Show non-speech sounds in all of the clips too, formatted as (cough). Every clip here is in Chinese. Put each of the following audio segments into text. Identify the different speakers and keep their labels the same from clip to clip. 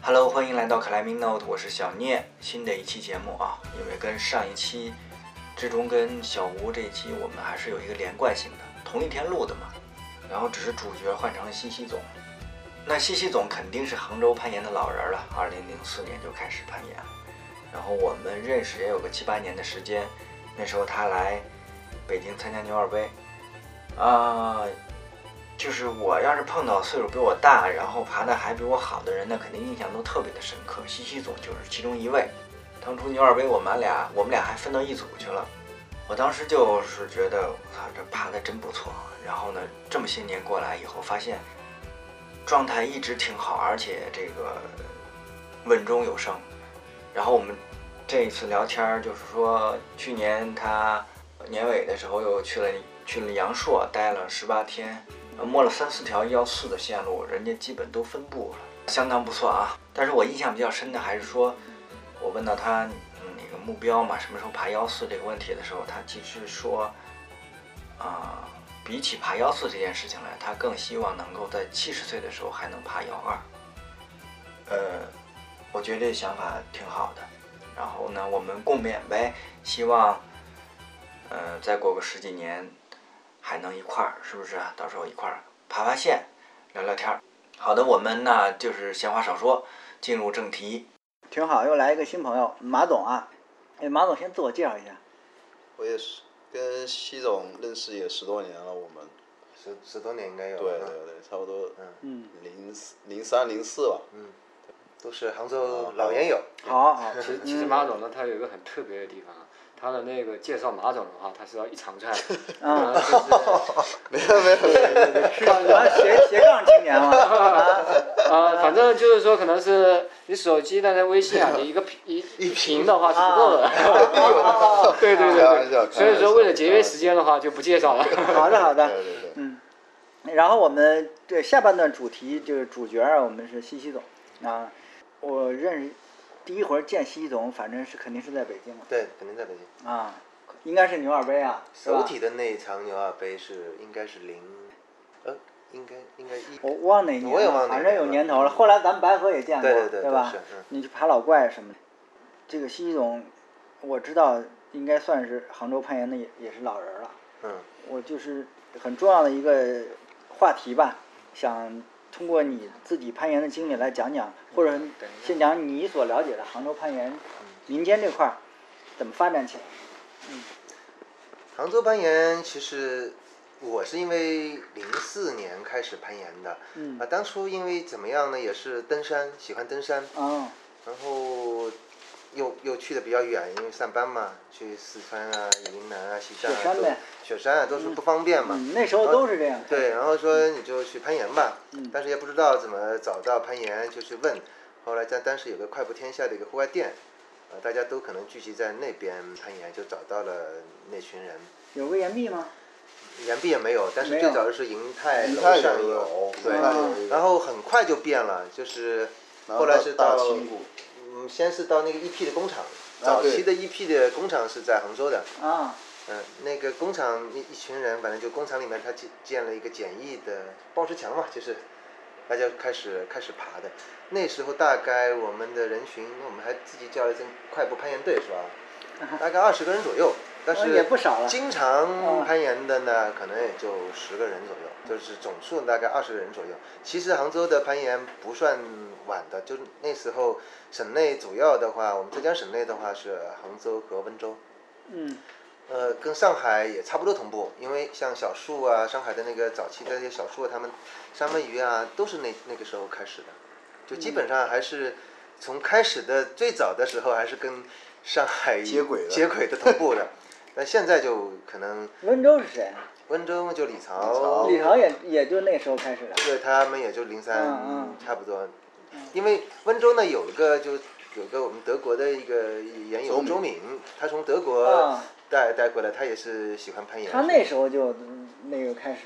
Speaker 1: Hello，欢迎来到克莱明 Note，我是小聂。新的一期节目啊，因为跟上一期志忠跟小吴这一期我们还是有一个连贯性的，同一天录的嘛。然后只是主角换成了西西总。那西西总肯定是杭州攀岩的老人了，二零零四年就开始攀岩了。然后我们认识也有个七八年的时间，那时候他来北京参加牛二杯，啊、就是我要是碰到岁数比我大，然后爬的还比我好的人，那肯定印象都特别的深刻。西西总就是其中一位。当初牛二杯，我们俩我们俩还分到一组去了。我当时就是觉得，我操，这爬的真不错。啊然后呢，这么些年过来以后，发现状态一直挺好，而且这个稳中有升。然后我们这一次聊天儿，就是说去年他年尾的时候又去了去了阳朔，待了十八天，呃摸了三四条幺四的线路，人家基本都分布了，相当不错啊。但是我印象比较深的还是说，我问到他嗯那个目标嘛，什么时候爬幺四这个问题的时候，他其实说，啊、比起爬幺四这件事情来，他更希望能够在七十岁的时候还能爬幺二。呃，我觉得这想法挺好的。然后呢，我们共勉呗，希望，呃，再过个十几年还能一块儿，是不是？到时候一块儿爬爬线，聊聊天儿。好的，我们呢就是闲话少说，进入正题。
Speaker 2: 挺好，又来一个新朋友，马总啊。哎，马总先自我介绍一下。
Speaker 3: 我也是跟西总认识也十多年了，我
Speaker 4: 嗯
Speaker 3: 们
Speaker 4: 十十多年应该有啊
Speaker 3: 对
Speaker 4: 了，
Speaker 3: 对对，差不多
Speaker 4: 嗯，
Speaker 2: 嗯，
Speaker 3: 零零三零四吧。
Speaker 4: 都是杭
Speaker 2: 哦
Speaker 4: 州老烟友。
Speaker 2: 好
Speaker 1: (laughs)
Speaker 2: 好，嗯
Speaker 5: 其实其实马总呢，他有一个很特别的地方啊，他的那个介绍马总的话，他是要一
Speaker 2: (laughs)
Speaker 5: 长串，啊，
Speaker 2: 嗯
Speaker 5: 就是
Speaker 3: 没有没有没有，
Speaker 2: 什么斜斜杠青
Speaker 1: (laughs)
Speaker 2: 年嘛？啊，
Speaker 5: 啊，反正就是说，可能是你手机但是微信啊，你一个
Speaker 2: (laughs)
Speaker 5: 屏一一屏的话是不够的，
Speaker 2: 啊
Speaker 5: (laughs) 对对
Speaker 3: 开玩
Speaker 5: 对
Speaker 3: 笑
Speaker 5: 对，所以说为了节约时间的话，就不介绍了。
Speaker 2: 好的好的。嗯哎
Speaker 3: 对对对，
Speaker 2: 然后我们这下半段主题就是主角啊，我们是西西总啊。我认识第一回见西西总，反正是肯定是在北京了
Speaker 4: 对，肯定在北京。
Speaker 2: 啊，应该是牛二杯啊，是
Speaker 4: 首
Speaker 2: 吧？
Speaker 4: 体的那一场牛二杯是应该是零，呃，应该应该一。
Speaker 2: 我忘哪年
Speaker 4: 我也忘哪
Speaker 2: 了，
Speaker 4: 年
Speaker 2: 反正有
Speaker 4: 了
Speaker 2: 年头了。后来咱们白河也见过，
Speaker 4: 对对对对
Speaker 2: 吧
Speaker 4: 是嗯？
Speaker 2: 你去爬老怪什么的，这个西西总，我知道应该算是杭州攀岩的也也是老人了。
Speaker 4: 嗯，
Speaker 2: 我就是很重要的一个话题吧，想通过你自己攀岩的经历来讲讲，或者
Speaker 4: 嗯
Speaker 2: 先讲你所了解的杭州攀岩民间这块儿怎么发展起来。
Speaker 4: 杭州攀岩其实我是因为零四年开始攀岩的，
Speaker 2: 嗯
Speaker 4: 啊，当初因为怎么样呢，也是登山，喜欢登山，
Speaker 2: 啊，
Speaker 4: 然后又又去的比较远，因为上班嘛，去四川啊、云南啊、西藏
Speaker 2: 雪
Speaker 4: 啊，
Speaker 2: 山
Speaker 4: 都
Speaker 2: 呗
Speaker 4: 雪山啊，都是不方便嘛。
Speaker 2: 嗯，那时候都是这样。
Speaker 4: 对，然后说你就去攀岩吧，
Speaker 2: 嗯
Speaker 4: 但是也不知道怎么找到攀岩，就去问。后来在当时有个快步天下的一个户外店，呃，大家都可能聚集在那边攀岩，就找到了那群人。
Speaker 2: 有个岩壁吗？
Speaker 4: 岩壁也没有，但
Speaker 2: 没有
Speaker 4: 是最早就是银泰
Speaker 3: 银
Speaker 4: 楼
Speaker 3: 泰
Speaker 4: 上
Speaker 3: 有
Speaker 4: 有，
Speaker 3: 银
Speaker 4: 对
Speaker 3: 泰有一，个
Speaker 4: 然后很快就变了，就是
Speaker 3: 然
Speaker 4: 后来是
Speaker 3: 大
Speaker 4: 到
Speaker 3: 清谷，
Speaker 4: 嗯，先是到那个 EP 的工厂，
Speaker 3: 啊
Speaker 4: 早
Speaker 3: 对
Speaker 4: 期的 EP 的工厂是在杭州的，
Speaker 2: 啊，
Speaker 4: 嗯，那个工厂一一群人，反正就工厂里面他建建了一个简易的抱石墙嘛，就是大家开始开始爬的。那时候大概我们的人群，我们还自己叫了一声快步攀岩队是吧？大概二十个人左右，
Speaker 2: 嗯
Speaker 4: 但
Speaker 2: 哦
Speaker 4: 是
Speaker 2: 也不少了
Speaker 4: 经
Speaker 2: 嗯
Speaker 4: 常攀岩的呢，可能也就十个人左右，就是总数大概二十个人左右。其实杭州的攀岩不算晚的，就是那时候省内主要的话，我们浙江省内的话是杭州和温州。
Speaker 2: 嗯
Speaker 4: 呃，跟上海也差不多同步，因为像小树啊，上海的那个早期的那些小树，啊他们三文鱼啊，都是那那个时候开始的，就基本上还是从开始的最早的时候，还是跟上海
Speaker 3: 接轨的
Speaker 4: 接轨的同步的。那现在就可能，
Speaker 2: 温州是谁？啊
Speaker 4: 温州就李
Speaker 3: 李曹
Speaker 4: 曹，
Speaker 2: 李豪也也就那时候开始的。
Speaker 4: 对他们也就零三、
Speaker 2: 嗯嗯
Speaker 4: 差不多，因为温州呢有一个就有个我们德国的一个研友
Speaker 3: 周敏
Speaker 4: 周敏，他从德国
Speaker 2: 啊
Speaker 4: 带、带过来，他也是喜欢攀岩。
Speaker 2: 他
Speaker 4: 是
Speaker 2: 那时候就嗯那个开始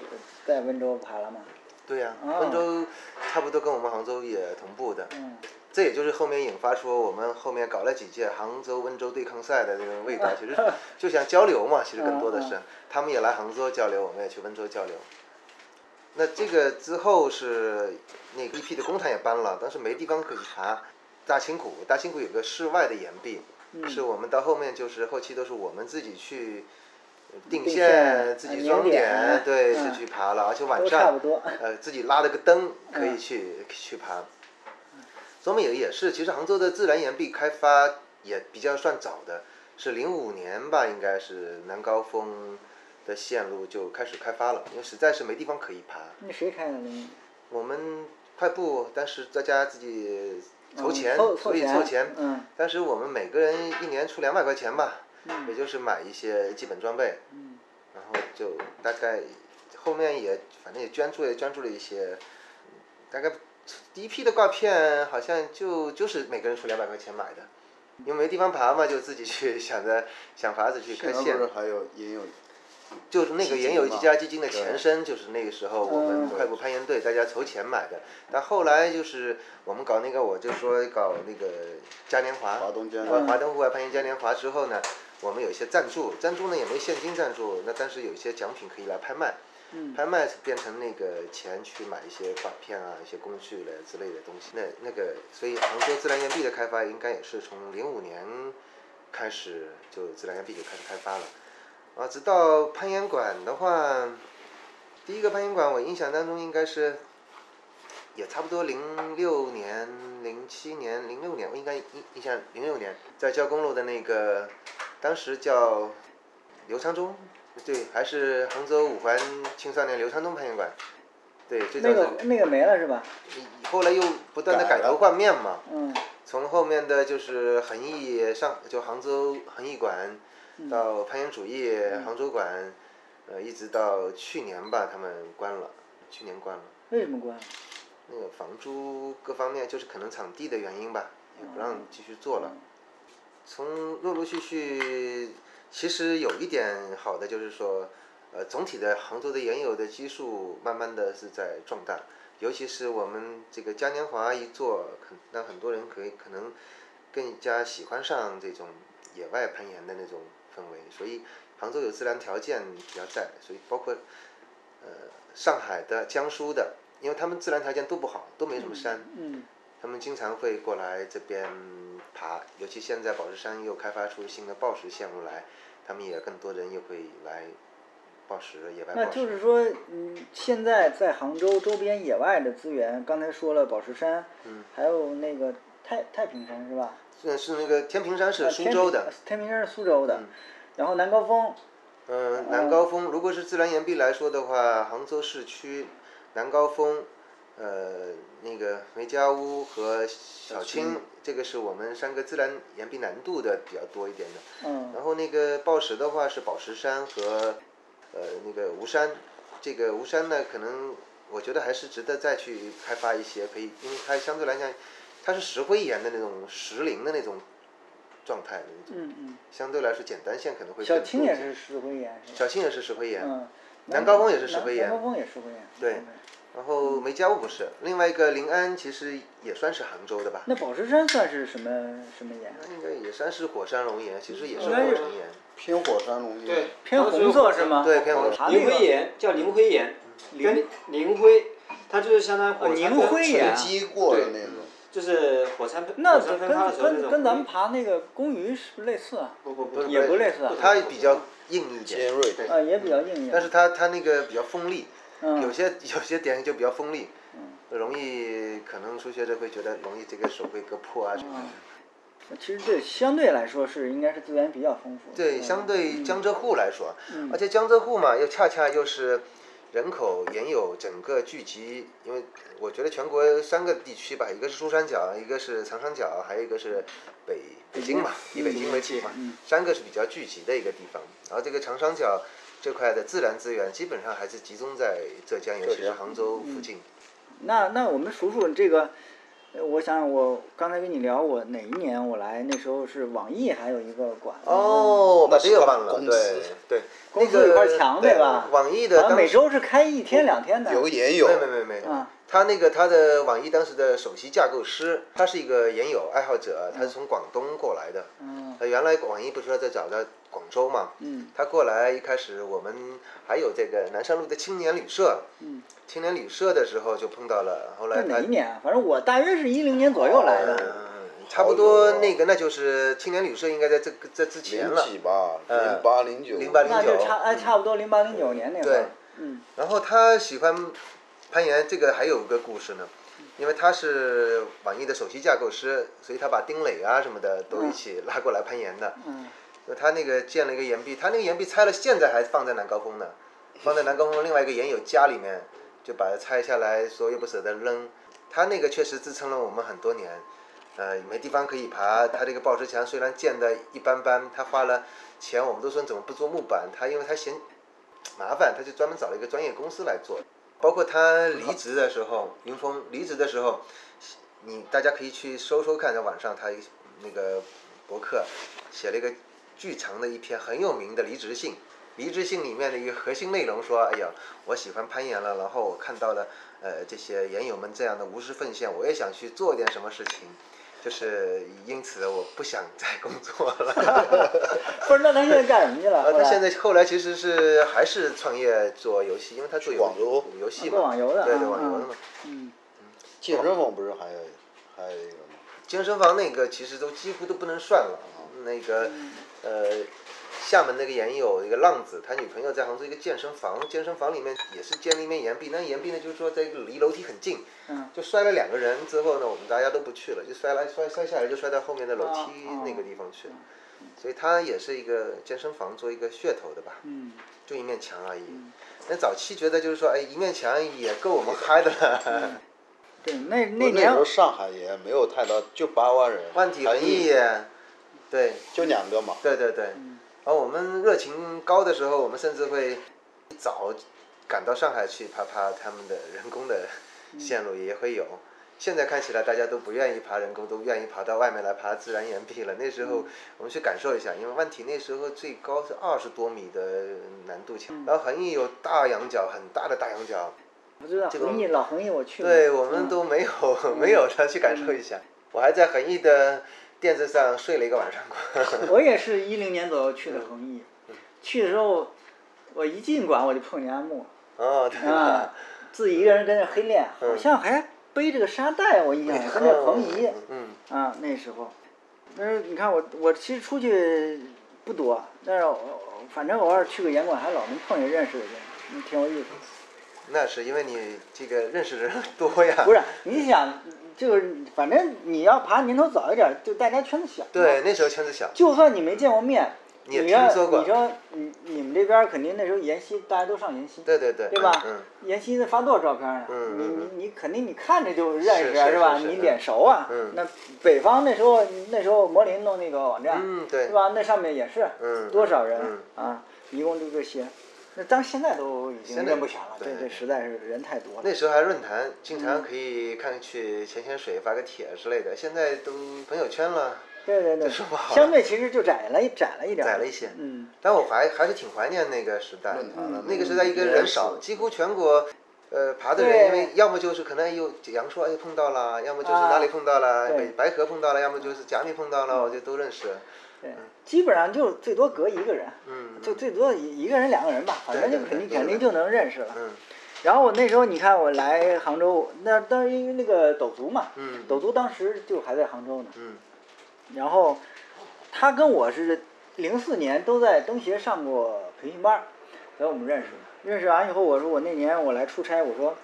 Speaker 2: 在温州爬了嘛。
Speaker 4: 对呀、
Speaker 2: 哦
Speaker 4: 温州差不多跟我们杭州也同步的，
Speaker 2: 嗯，
Speaker 4: 这也就是后面引发出我们后面搞了几届杭州温州对抗赛的这个
Speaker 2: (laughs)
Speaker 4: 味道，其实就想交流嘛，其实更多的是
Speaker 2: 嗯
Speaker 4: 他们也来杭州交流，我们也去温州交流。那这个之后是那个一 E 批的工厂也搬了，但是没地方可以爬。大兴谷，大兴谷有个室外的岩壁，
Speaker 2: 嗯
Speaker 4: 是我们到后面就是后期都是我们自己去定
Speaker 2: 定
Speaker 4: 线
Speaker 2: 线、
Speaker 4: 自
Speaker 2: 呃
Speaker 4: 己
Speaker 2: 粘
Speaker 4: 装
Speaker 2: 点
Speaker 4: 点，对，
Speaker 2: 嗯
Speaker 4: 是去爬了，而且晚
Speaker 2: 都
Speaker 4: 上
Speaker 2: 差不多嗯
Speaker 4: 呃自己拉了个灯可以去、去爬。所美也也是，其实杭州的自然岩壁开发也比较算早的，是零五年吧，应该是南高峰的线路就开始开发了，因为实在是没地方可以爬。
Speaker 2: 那谁开的零？
Speaker 4: 我们快步，但是大家自己筹钱，
Speaker 2: 嗯凑凑
Speaker 4: 所以凑钱
Speaker 2: 钱。嗯
Speaker 4: 但是我们每个人一年出两百块钱吧，也就是买一些基本装备，
Speaker 2: 嗯
Speaker 4: 然后就大概后面也反正也捐助也捐助了一些，大概第一批的挂片好像就就是每个人出两百块钱买的。
Speaker 2: 嗯
Speaker 4: 因为没地方爬嘛，就自己去想着想法子去开
Speaker 3: 现在
Speaker 4: 线
Speaker 3: 不，是还有也有
Speaker 4: 就是那个原有一家基金的前身，就是那个时候我们
Speaker 2: 嗯
Speaker 4: 快步攀岩队大家筹钱买的。但后来就是我们搞那个，我就说搞那个嘉年华，
Speaker 3: 华东江，
Speaker 4: 华东户外攀岩嘉年华之后呢，我们有一些赞助，赞助呢也没现金赞助，那但是有一些奖品可以来拍卖，
Speaker 2: 嗯
Speaker 4: 拍卖变成那个钱去买一些挂片啊、一些工具了之类的东西。那那个，所以杭州自然岩壁的开发应该也是从零五年开始就自然岩壁就开始开发了，啊，直到攀岩馆的话，第一个攀岩馆我印象当中应该是。也差不多零六年、零七年、零六年，我应该印印象零六年，在教工路的那个，当时叫刘昌忠，对，还是杭州五环青少年刘昌忠攀岩馆，对，最早
Speaker 2: 那
Speaker 4: 是、
Speaker 2: 个那个没了是吧？
Speaker 4: 后来又不断的
Speaker 3: 改
Speaker 4: 改
Speaker 3: 了
Speaker 4: 头换面嘛，
Speaker 2: 嗯
Speaker 4: 从后面的就是恒毅上，就杭州恒毅馆，
Speaker 2: 嗯
Speaker 4: 到攀岩主义杭州馆，呃，一直到去年吧，他们关了，去年关了。
Speaker 2: 为什么关？
Speaker 4: 那个房租各方面，就是可能场地的原因吧，也不让继续做了。从陆陆续续，其实有一点好的就是说，呃，总体的杭州的原有的基数慢慢的是在壮大，尤其是我们这个嘉年华一做，可让很多人可以可能更加喜欢上这种野外攀岩的那种氛围，所以杭州有自然条件比较在，所以包括呃上海的、江苏的，因为他们自然条件都不好，都没什么山，
Speaker 2: 嗯
Speaker 4: 他们经常会过来这边爬，尤其现在宝石山又开发出新的暴石线路来，他们也更多人又会来暴石野外
Speaker 2: 那
Speaker 4: 暴
Speaker 2: 就
Speaker 4: 石。
Speaker 2: 是说，嗯，现在在杭州周边野外的资源，刚才说了宝石山，
Speaker 4: 嗯
Speaker 2: 还有那个太太平山是吧？
Speaker 4: 是是那个天平山是
Speaker 2: 呃
Speaker 4: 苏
Speaker 2: 天
Speaker 4: 州
Speaker 2: 平
Speaker 4: 的
Speaker 2: 呃，天平山是苏州的，
Speaker 4: 嗯
Speaker 2: 然后南高峰，
Speaker 4: 嗯，南高峰，如果是自然岩壁来说的话，杭州市区南高峰，呃，那个梅家坞和小青，这个是我们三个自然岩壁难度的比较多一点的。
Speaker 2: 嗯
Speaker 4: 然后那个报石的话是宝石山和呃那个吴山，这个吴山呢，可能我觉得还是值得再去开发一些，可以，因为它相对来讲，它是石灰岩的那种石林的那种状态，
Speaker 2: 嗯嗯，
Speaker 4: 相对来说简单线可能会更
Speaker 2: 小
Speaker 4: 多
Speaker 2: 青
Speaker 4: 一
Speaker 2: 也
Speaker 4: 些
Speaker 2: 是石灰岩是吧？
Speaker 4: 小青也是石灰岩，
Speaker 2: 嗯，
Speaker 4: 南高峰也是石灰岩
Speaker 2: 南高峰也石灰岩。
Speaker 4: 对
Speaker 2: 嗯
Speaker 4: 然后梅家坞不是，另外一个临安其实也算是杭州的吧，
Speaker 2: 那宝石山算是什么什么岩？
Speaker 5: 嗯
Speaker 4: 应该也算是火山熔岩，其实也
Speaker 2: 嗯应
Speaker 4: 是火
Speaker 2: 该是
Speaker 4: 成岩，
Speaker 3: 偏火山溶液。
Speaker 5: 对，
Speaker 2: (laughs) 偏红色是吗？呃嗯
Speaker 4: 对偏红色
Speaker 2: 查那
Speaker 5: 磷
Speaker 2: 个
Speaker 5: 灰岩叫磷灰岩，跟磷灰，它就是相当于火
Speaker 2: 凝
Speaker 5: 山
Speaker 2: 灰
Speaker 5: 喷，啊
Speaker 2: 岩
Speaker 3: 沉积过的那种。
Speaker 5: 就是火山喷，
Speaker 2: 那
Speaker 5: 火山
Speaker 2: 呃跟
Speaker 5: 喷发的时候那
Speaker 2: 跟
Speaker 5: 种
Speaker 2: 跟咱们
Speaker 5: 灰
Speaker 2: 爬那个公鱼是不是类似啊？
Speaker 5: 不不
Speaker 4: 不
Speaker 5: 不
Speaker 4: 是
Speaker 2: 也不类似啊
Speaker 4: 它比较硬一
Speaker 3: 尖
Speaker 4: 点，
Speaker 3: 锐。
Speaker 5: 对
Speaker 2: 啊，也比较硬一点。
Speaker 4: 嗯但是它它那个比较锋利，
Speaker 2: 嗯
Speaker 4: 有些有些点就比较锋利，容易可能初学者会觉得容易这个手会割破啊什么的。
Speaker 2: 嗯其实这相对来说是应该是资源比较丰富的。
Speaker 4: 对，
Speaker 2: 嗯
Speaker 4: 相对江
Speaker 2: 嗯
Speaker 4: 浙沪来说，
Speaker 2: 嗯
Speaker 4: 而且江浙沪嘛，又恰恰又是人口原有整个聚集，因为我觉得全国三个地区吧，一个是珠三角，一个是长三角，还有一个是北北京嘛，
Speaker 2: 嗯
Speaker 4: 以北京为主嘛，三个是比较聚集的一个地方。然后这个长三角这块的自然资源基本上还是集中在浙江，尤其是杭州附近。
Speaker 2: 嗯那那我们数数这个，呃我想想，我刚才跟你聊，我哪一年我来？那时候是网易还有一个馆，
Speaker 4: 哦，把这个忘了，
Speaker 3: 公司
Speaker 4: 对对，
Speaker 2: 公司有块墙对吧
Speaker 4: 网易的
Speaker 2: 好像
Speaker 4: 当
Speaker 2: 每
Speaker 4: 时
Speaker 2: 周是开一天两天的。
Speaker 3: 有也有，
Speaker 4: 嗯没没没没，
Speaker 2: 嗯
Speaker 4: 他那个他的网易当时的首席架构师，他是一个研友爱好者，他是从广东过来的，
Speaker 2: 嗯
Speaker 4: 呃，原来网易不是说在找到广州嘛，
Speaker 2: 嗯
Speaker 4: 他过来一开始我们还有这个南山路的青年旅社，
Speaker 2: 嗯，
Speaker 4: 青年旅社的时候就碰到了，后
Speaker 2: 那
Speaker 4: 来
Speaker 2: 哪
Speaker 4: 他
Speaker 2: 一年啊？反正我大约是一零年左右来的。
Speaker 4: 嗯，差不多那个那就是青年旅社应该在这个在之前
Speaker 3: 零
Speaker 4: 了，
Speaker 3: 几吧，
Speaker 4: 嗯
Speaker 3: 零八零九，
Speaker 4: 08
Speaker 2: 那就差
Speaker 4: 09
Speaker 2: 哎，差不多零八零九年那会
Speaker 4: 对
Speaker 2: 儿。嗯
Speaker 4: 然后他喜欢攀岩，这个还有个故事呢，因为他是网易的首席架构师，所以他把丁磊啊什么的都一起拉过来攀岩的。
Speaker 2: 嗯，
Speaker 4: 就他那个建了一个岩壁，他那个岩壁拆了，现在还放在南高峰呢，放在南高峰另外一个岩友家里面，就把它拆下来，所以又不舍得扔。他那个确实支撑了我们很多年，呃，没地方可以爬。他这个报石墙虽然建的一般般，他花了钱，我们都说你怎么不做木板？他因为他嫌麻烦，他就专门找了一个专业公司来做。包括他离职的时候，云峰离职的时候，你大家可以去搜搜看，在网上他一那个博客写了一个巨长的一篇很有名的离职信。离职信里面的一个核心内容说：“哎呀，我喜欢攀岩了，然后我看到了呃这些岩友们这样的无私奉献，我也想去做点什么事情，就是因此我不想再工作了。” (laughs)
Speaker 2: 不是，那他现在干什么去了？
Speaker 4: 呃，
Speaker 2: 后
Speaker 4: 他
Speaker 2: 来
Speaker 4: 现在后来其实是还是创业做游戏，因为他做游
Speaker 3: 广州
Speaker 4: 游戏嘛，
Speaker 2: 做网游的
Speaker 4: 对
Speaker 2: 啊
Speaker 4: 对网游的嘛。
Speaker 2: 嗯
Speaker 3: 健身房不是还有还有一个吗？
Speaker 4: 健身房那个其实都几乎都不能算了，啊那个
Speaker 2: 嗯
Speaker 4: 呃，厦门那个岩友一个浪子，他女朋友在杭州一个健身房，健身房里面也是建了一面岩壁，那岩壁呢就是说在一个离楼梯很近，
Speaker 2: 嗯
Speaker 4: 就摔了两个人之后呢，我们大家都不去了，就摔来摔摔下来就摔到后面的楼梯
Speaker 2: 哦哦
Speaker 4: 那个地方去了，所以他也是一个健身房做一个噱头的吧，
Speaker 2: 嗯，
Speaker 4: 就一面墙而已。那早期觉得就是说，哎，一面墙也够我们嗨的
Speaker 2: 嗯
Speaker 4: 了。
Speaker 2: 对，那
Speaker 3: 我
Speaker 2: 那
Speaker 3: 那时
Speaker 2: 年
Speaker 3: 候上海也没有太多，就八万人，
Speaker 4: 万体文艺，对
Speaker 3: 就两个嘛。
Speaker 4: 对对对。然后我们热情高的时候，我们甚至会一早赶到上海去爬爬他们的人工的线路，也会有。现在看起来大家都不愿意爬人工，都愿意爬到外面来爬自然岩壁了。那时候我们去感受一下，因为万体那时候最高是二十多米的难度墙，然后恒毅有大羊角，很大的大羊角，
Speaker 2: 不知道恒毅老恒毅我去过。
Speaker 4: 对我们都没有、 (laughs) 没有的去感受一下。我还在恒毅的垫子上睡了一个晚上过。 (laughs)
Speaker 2: 嗯我也是一零年左右去
Speaker 4: 嗯
Speaker 2: 的恒毅，去的时候我一进馆我就碰见阿木
Speaker 4: 哦，对
Speaker 2: 啊
Speaker 4: 吧？，
Speaker 2: 自己一个人跟那黑练，
Speaker 4: 嗯
Speaker 2: 好像还背着个沙袋，我印象里跟着彭怡。
Speaker 4: 嗯，
Speaker 2: 啊，那时候，但是你看我，我其实出去不多，但是我反正偶尔去个严管，还老能碰见认识的人，嗯挺有意思。
Speaker 4: 那是因为你这个认识的人多呀。
Speaker 2: 不是，你想，就是反正你要爬年头早一点，就大家圈子小嘛。
Speaker 4: 对，那时候圈子小，
Speaker 2: 就算你没见过面，
Speaker 4: 你也
Speaker 2: 你要
Speaker 4: 听说过
Speaker 2: 你说你你们这边儿肯定那时候沿溪大家都上沿溪，
Speaker 4: 对对对，
Speaker 2: 对吧？
Speaker 4: 嗯，
Speaker 2: 沿溪那发多少照片啊？
Speaker 4: 嗯嗯嗯
Speaker 2: 你你你肯定你看着就认识啊
Speaker 4: 是是
Speaker 2: 是吧？
Speaker 4: 是是
Speaker 2: 你脸熟啊。
Speaker 4: 嗯
Speaker 2: 那北方那时候那时候魔林弄那个网站，
Speaker 4: 嗯对
Speaker 2: 吧？那上面也是，
Speaker 4: 嗯
Speaker 2: 多少人、
Speaker 4: 嗯
Speaker 2: 啊？一共就这些。那当然现在都已经
Speaker 4: 现在
Speaker 2: 认不全了，这
Speaker 4: 对
Speaker 2: 这实在是人太多了。
Speaker 4: 那时候还论坛，经
Speaker 2: 嗯
Speaker 4: 常可以看去潜潜水、发个帖之类的。现在都朋友圈了，
Speaker 2: 对对对，
Speaker 4: 说不好了
Speaker 2: 相对其实就窄了一窄了一点儿，
Speaker 4: 窄了一些。
Speaker 2: 嗯，
Speaker 4: 但我还还是挺怀念那个时代啊
Speaker 3: 论坛啊了，
Speaker 4: 那个时代一个人少，几乎全国。呃，爬的
Speaker 2: 嗯对
Speaker 4: 人，因为要么就是可能有阳朔哎碰到了，要么就是
Speaker 2: 啊
Speaker 4: 哪里碰到了，
Speaker 2: 对嗯
Speaker 4: 北白河碰到了，要么就是甲米碰到了，我就都认识。
Speaker 2: 对，基本上就最多隔一个人，
Speaker 4: 嗯，
Speaker 2: 就最多一一个人两个人吧，反正就
Speaker 4: 对对
Speaker 2: 肯定
Speaker 4: 对
Speaker 2: 肯定就能认识了。
Speaker 4: 嗯
Speaker 2: 然后我那时候你看我来杭州，那当时因为那个斗族嘛，
Speaker 4: 嗯
Speaker 2: 斗族当时就还在杭州呢，
Speaker 4: 嗯
Speaker 2: 然后他跟我是零四年都在登协上过培训班儿，所以我们认识了。
Speaker 4: 嗯
Speaker 2: 认识完以后，我说我那年我来出差，我说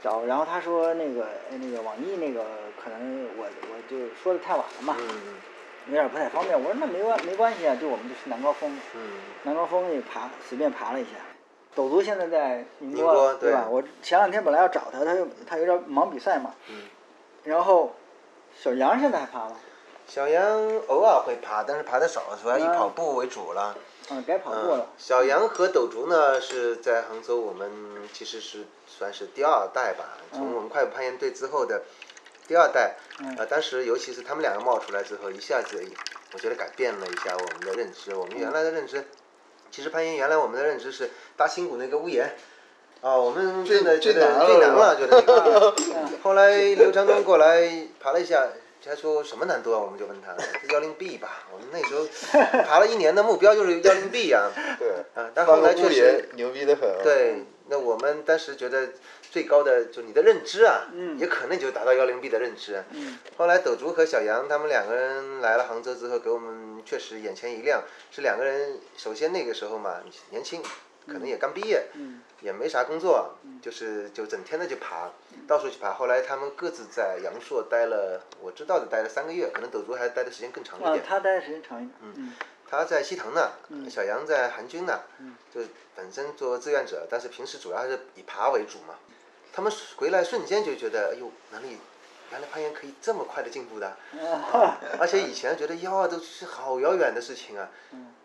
Speaker 2: 找，然后他说那个哎那个网易那个可能我我就说的太晚了嘛，
Speaker 4: 嗯嗯
Speaker 2: 有点不太方便。我说那没关没关系啊，就我们就去南高峰，
Speaker 4: 嗯，
Speaker 2: 南高峰也爬随便爬了一下。斗族现在在宁
Speaker 4: 宁
Speaker 2: 波了，
Speaker 4: 波
Speaker 2: 对吧？
Speaker 4: 对
Speaker 2: 我前两天本来要找他，他又他有点忙比赛嘛，
Speaker 4: 嗯
Speaker 2: 然后小杨现在还爬吗？
Speaker 4: 小杨偶尔会爬，但是爬的少，主要以
Speaker 2: 嗯
Speaker 4: 跑步为主了。
Speaker 2: 嗯，改跑步
Speaker 4: 嗯
Speaker 2: 了，。
Speaker 4: 小杨和斗竹呢是在杭州，我们其实是算是第二代吧，
Speaker 2: 嗯
Speaker 4: 从我们快步攀岩队之后的第二代。呃，当时尤其是他们两个冒出来之后，一下子我觉得改变了一下我们的认知。我们原来的认知，其实攀岩原来我们的认知是大兴谷那个屋檐。啊、我们真的
Speaker 3: 最
Speaker 4: 觉得
Speaker 3: 难了 (laughs)
Speaker 4: 最难了，觉得那个。后来刘长东过来爬了一下，他说什么难度啊？我们就问他幺零 B 吧。我们那时候爬了一年的目标就是幺零 B
Speaker 3: (laughs)
Speaker 4: 啊。
Speaker 3: 对，
Speaker 4: 啊，但后来确实
Speaker 3: 牛逼的很。啊
Speaker 4: 对，那我们当时觉得最高的就你的认知啊，
Speaker 2: 嗯
Speaker 4: 也可能就达到幺零 B 的认知啊。
Speaker 2: 嗯
Speaker 4: 后来斗竹和小杨他们两个人来了杭州之后，给我们确实眼前一亮。是两个人，首先那个时候嘛，年轻，可能也刚毕业，
Speaker 2: 嗯
Speaker 4: 也没啥工作，就是就整天的去爬，
Speaker 2: 嗯
Speaker 4: 到处去爬。后来他们各自在阳朔待了，我知道的待了三个月，可能斗竹还待的时间更长一
Speaker 2: 啊，
Speaker 4: 点。
Speaker 2: 他待的时间长一点。嗯
Speaker 4: 他在西塘那，小杨在韩军那，就本身做志愿者，但是平时主要还是以爬为主嘛。他们回来瞬间就觉得，哎呦，哪里原来攀岩可以这么快的进步的 (laughs) 啊，而且以前觉得幺二都是好遥远的事情啊，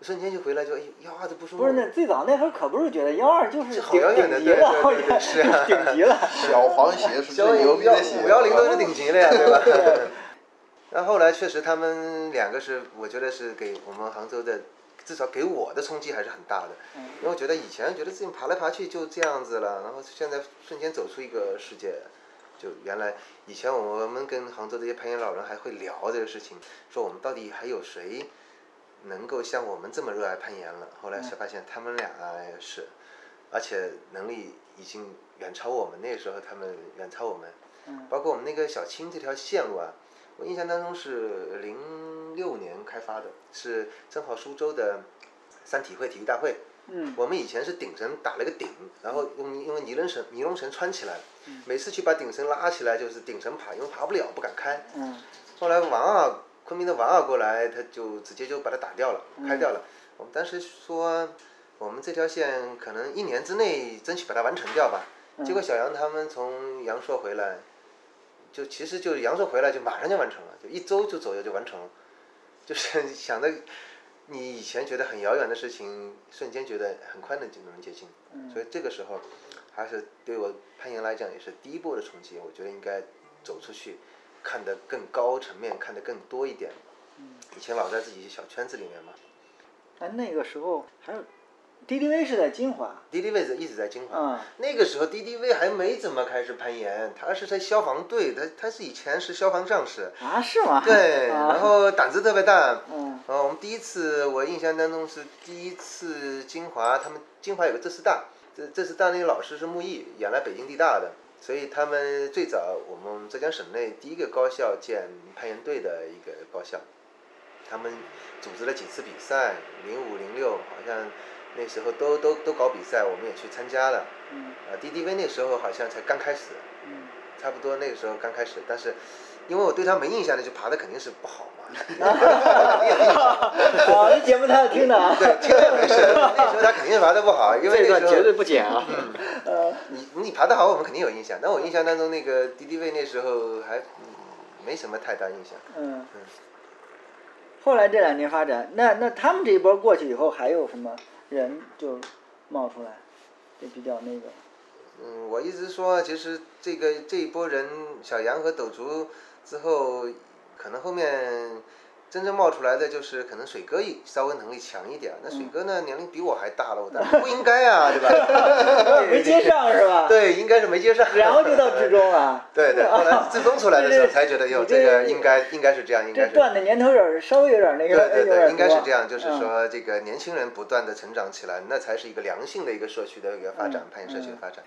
Speaker 4: 瞬间就回来就哎呦幺二都不是
Speaker 2: 不是那最早那时候可不是觉得幺二就是
Speaker 4: 好
Speaker 2: 顶
Speaker 4: 遥远的
Speaker 2: 顶级了，
Speaker 4: 对对对对是啊
Speaker 2: (laughs) 顶级了。
Speaker 3: 小黄鞋是
Speaker 4: 幺
Speaker 3: 最牛逼的鞋，
Speaker 4: 五幺零都是顶级了呀，对吧？ (laughs) 那后来确实他们两个是，我觉得是给我们杭州的，至少给我的冲击还是很大的。
Speaker 3: 嗯
Speaker 4: 因为我觉得以前觉得自己爬来爬去就这样子了，然后现在瞬间走出一个世界。就原来以前我们跟杭州这些攀岩老人还会聊这个事情，说我们到底还有谁能够像我们这么热爱攀岩了？后
Speaker 3: 嗯
Speaker 4: 来才发现他们俩啊是，而且能力已经远超我们那个时候，他们远超我们。
Speaker 2: 嗯
Speaker 4: 包括我们那个小青这条线路啊，我印象当中是零六年开发的，是正好苏州的三体会体育大会。
Speaker 2: 嗯
Speaker 4: 我们以前是顶绳打了个顶，然后用用尼龙绳尼龙绳穿起来，
Speaker 2: 嗯
Speaker 4: 每次去把顶绳拉起来就是顶绳爬，因为爬不了不敢开。
Speaker 2: 嗯
Speaker 4: 后来王二昆明的王二过来，他就直接就把它打掉了，
Speaker 2: 嗯
Speaker 4: 开掉了。我们当时说，我们这条线可能一年之内争取把它完成掉吧。结果小杨他们从阳朔回来，就其实就是阳朔回来就马上就完成了，就一周就左右就完成了，就是 (laughs) 想着你以前觉得很遥远的事情，瞬间觉得很快的就能接近。所以这个时候，还是对我攀岩来讲也是第一波的冲击。我觉得应该走出去，看得更高层面，看得更多一点。以前老在自己小圈子里面嘛
Speaker 2: 哎，那个时候还有 DDV 是在金华，
Speaker 4: ，DDV 是一直在金华。
Speaker 2: 嗯
Speaker 4: 那个时候 DDV 还没怎么开始攀岩，他是在消防队，他他是以前是消防战士。
Speaker 2: 啊是吗？
Speaker 4: 对，
Speaker 2: 啊
Speaker 4: 然后胆子特别大。
Speaker 2: 嗯
Speaker 4: 呃，我们第一次，我印象当中是第一次金华，他们金华有个浙师大，浙浙师大那个老师是木易，原来北京地大的，所以他们最早我们浙江省内第一个高校建攀岩队的一个高校，他们组织了几次比赛，零五零六好像那时候都都都搞比赛，我们也去参加了。
Speaker 2: 嗯
Speaker 4: 呃，DDV 那时候好像才刚开始，
Speaker 2: 嗯
Speaker 4: 差不多那个时候刚开始，但是因为我对他没印象，那就爬的肯定是不好嘛。
Speaker 5: (laughs)
Speaker 2: (laughs) 啊，这节目他要听的啊。
Speaker 4: 对，听着也没事。那时候他肯定爬的不好，因为
Speaker 5: 这
Speaker 4: 那
Speaker 5: 段
Speaker 4: 时候
Speaker 5: 绝对不减啊！
Speaker 2: 呃
Speaker 4: 你你爬的好，我们肯定有印象。但我印象当中，那个 DDV 那时候还嗯没什么太大印象。
Speaker 2: 嗯。后来这两年发展，那那他们这一波过去以后，还有什么人就冒出来，就比较那
Speaker 4: (laughs)
Speaker 2: 个，
Speaker 4: 嗯，我一直说，其实这个这一波人，小杨和斗竹之后，可能后面真正冒出来的就是可能水哥一稍微能力强一点。那
Speaker 2: 嗯
Speaker 4: 水哥呢，年龄比我还大了，我当时不应该啊，对吧？ (laughs)
Speaker 2: 没接上是吧？。
Speaker 4: 对，应该是没接上。
Speaker 2: 然后就到职中了。
Speaker 4: (laughs)
Speaker 2: (laughs)
Speaker 4: 对对，后来自从出来的时候才觉得，哟，
Speaker 2: 你
Speaker 4: 这
Speaker 2: 这
Speaker 4: 个应该应该是这样，应
Speaker 2: 这
Speaker 4: 该是。
Speaker 2: 断的年头有点稍微有点那个，
Speaker 4: 对对
Speaker 2: 有点
Speaker 4: 对，应该是这样，
Speaker 2: 多嗯
Speaker 4: 就是说这个年轻人不断的成长起来，那才是一个良性的一个社区的一个发
Speaker 2: 嗯
Speaker 4: 展，攀岩社区的发展，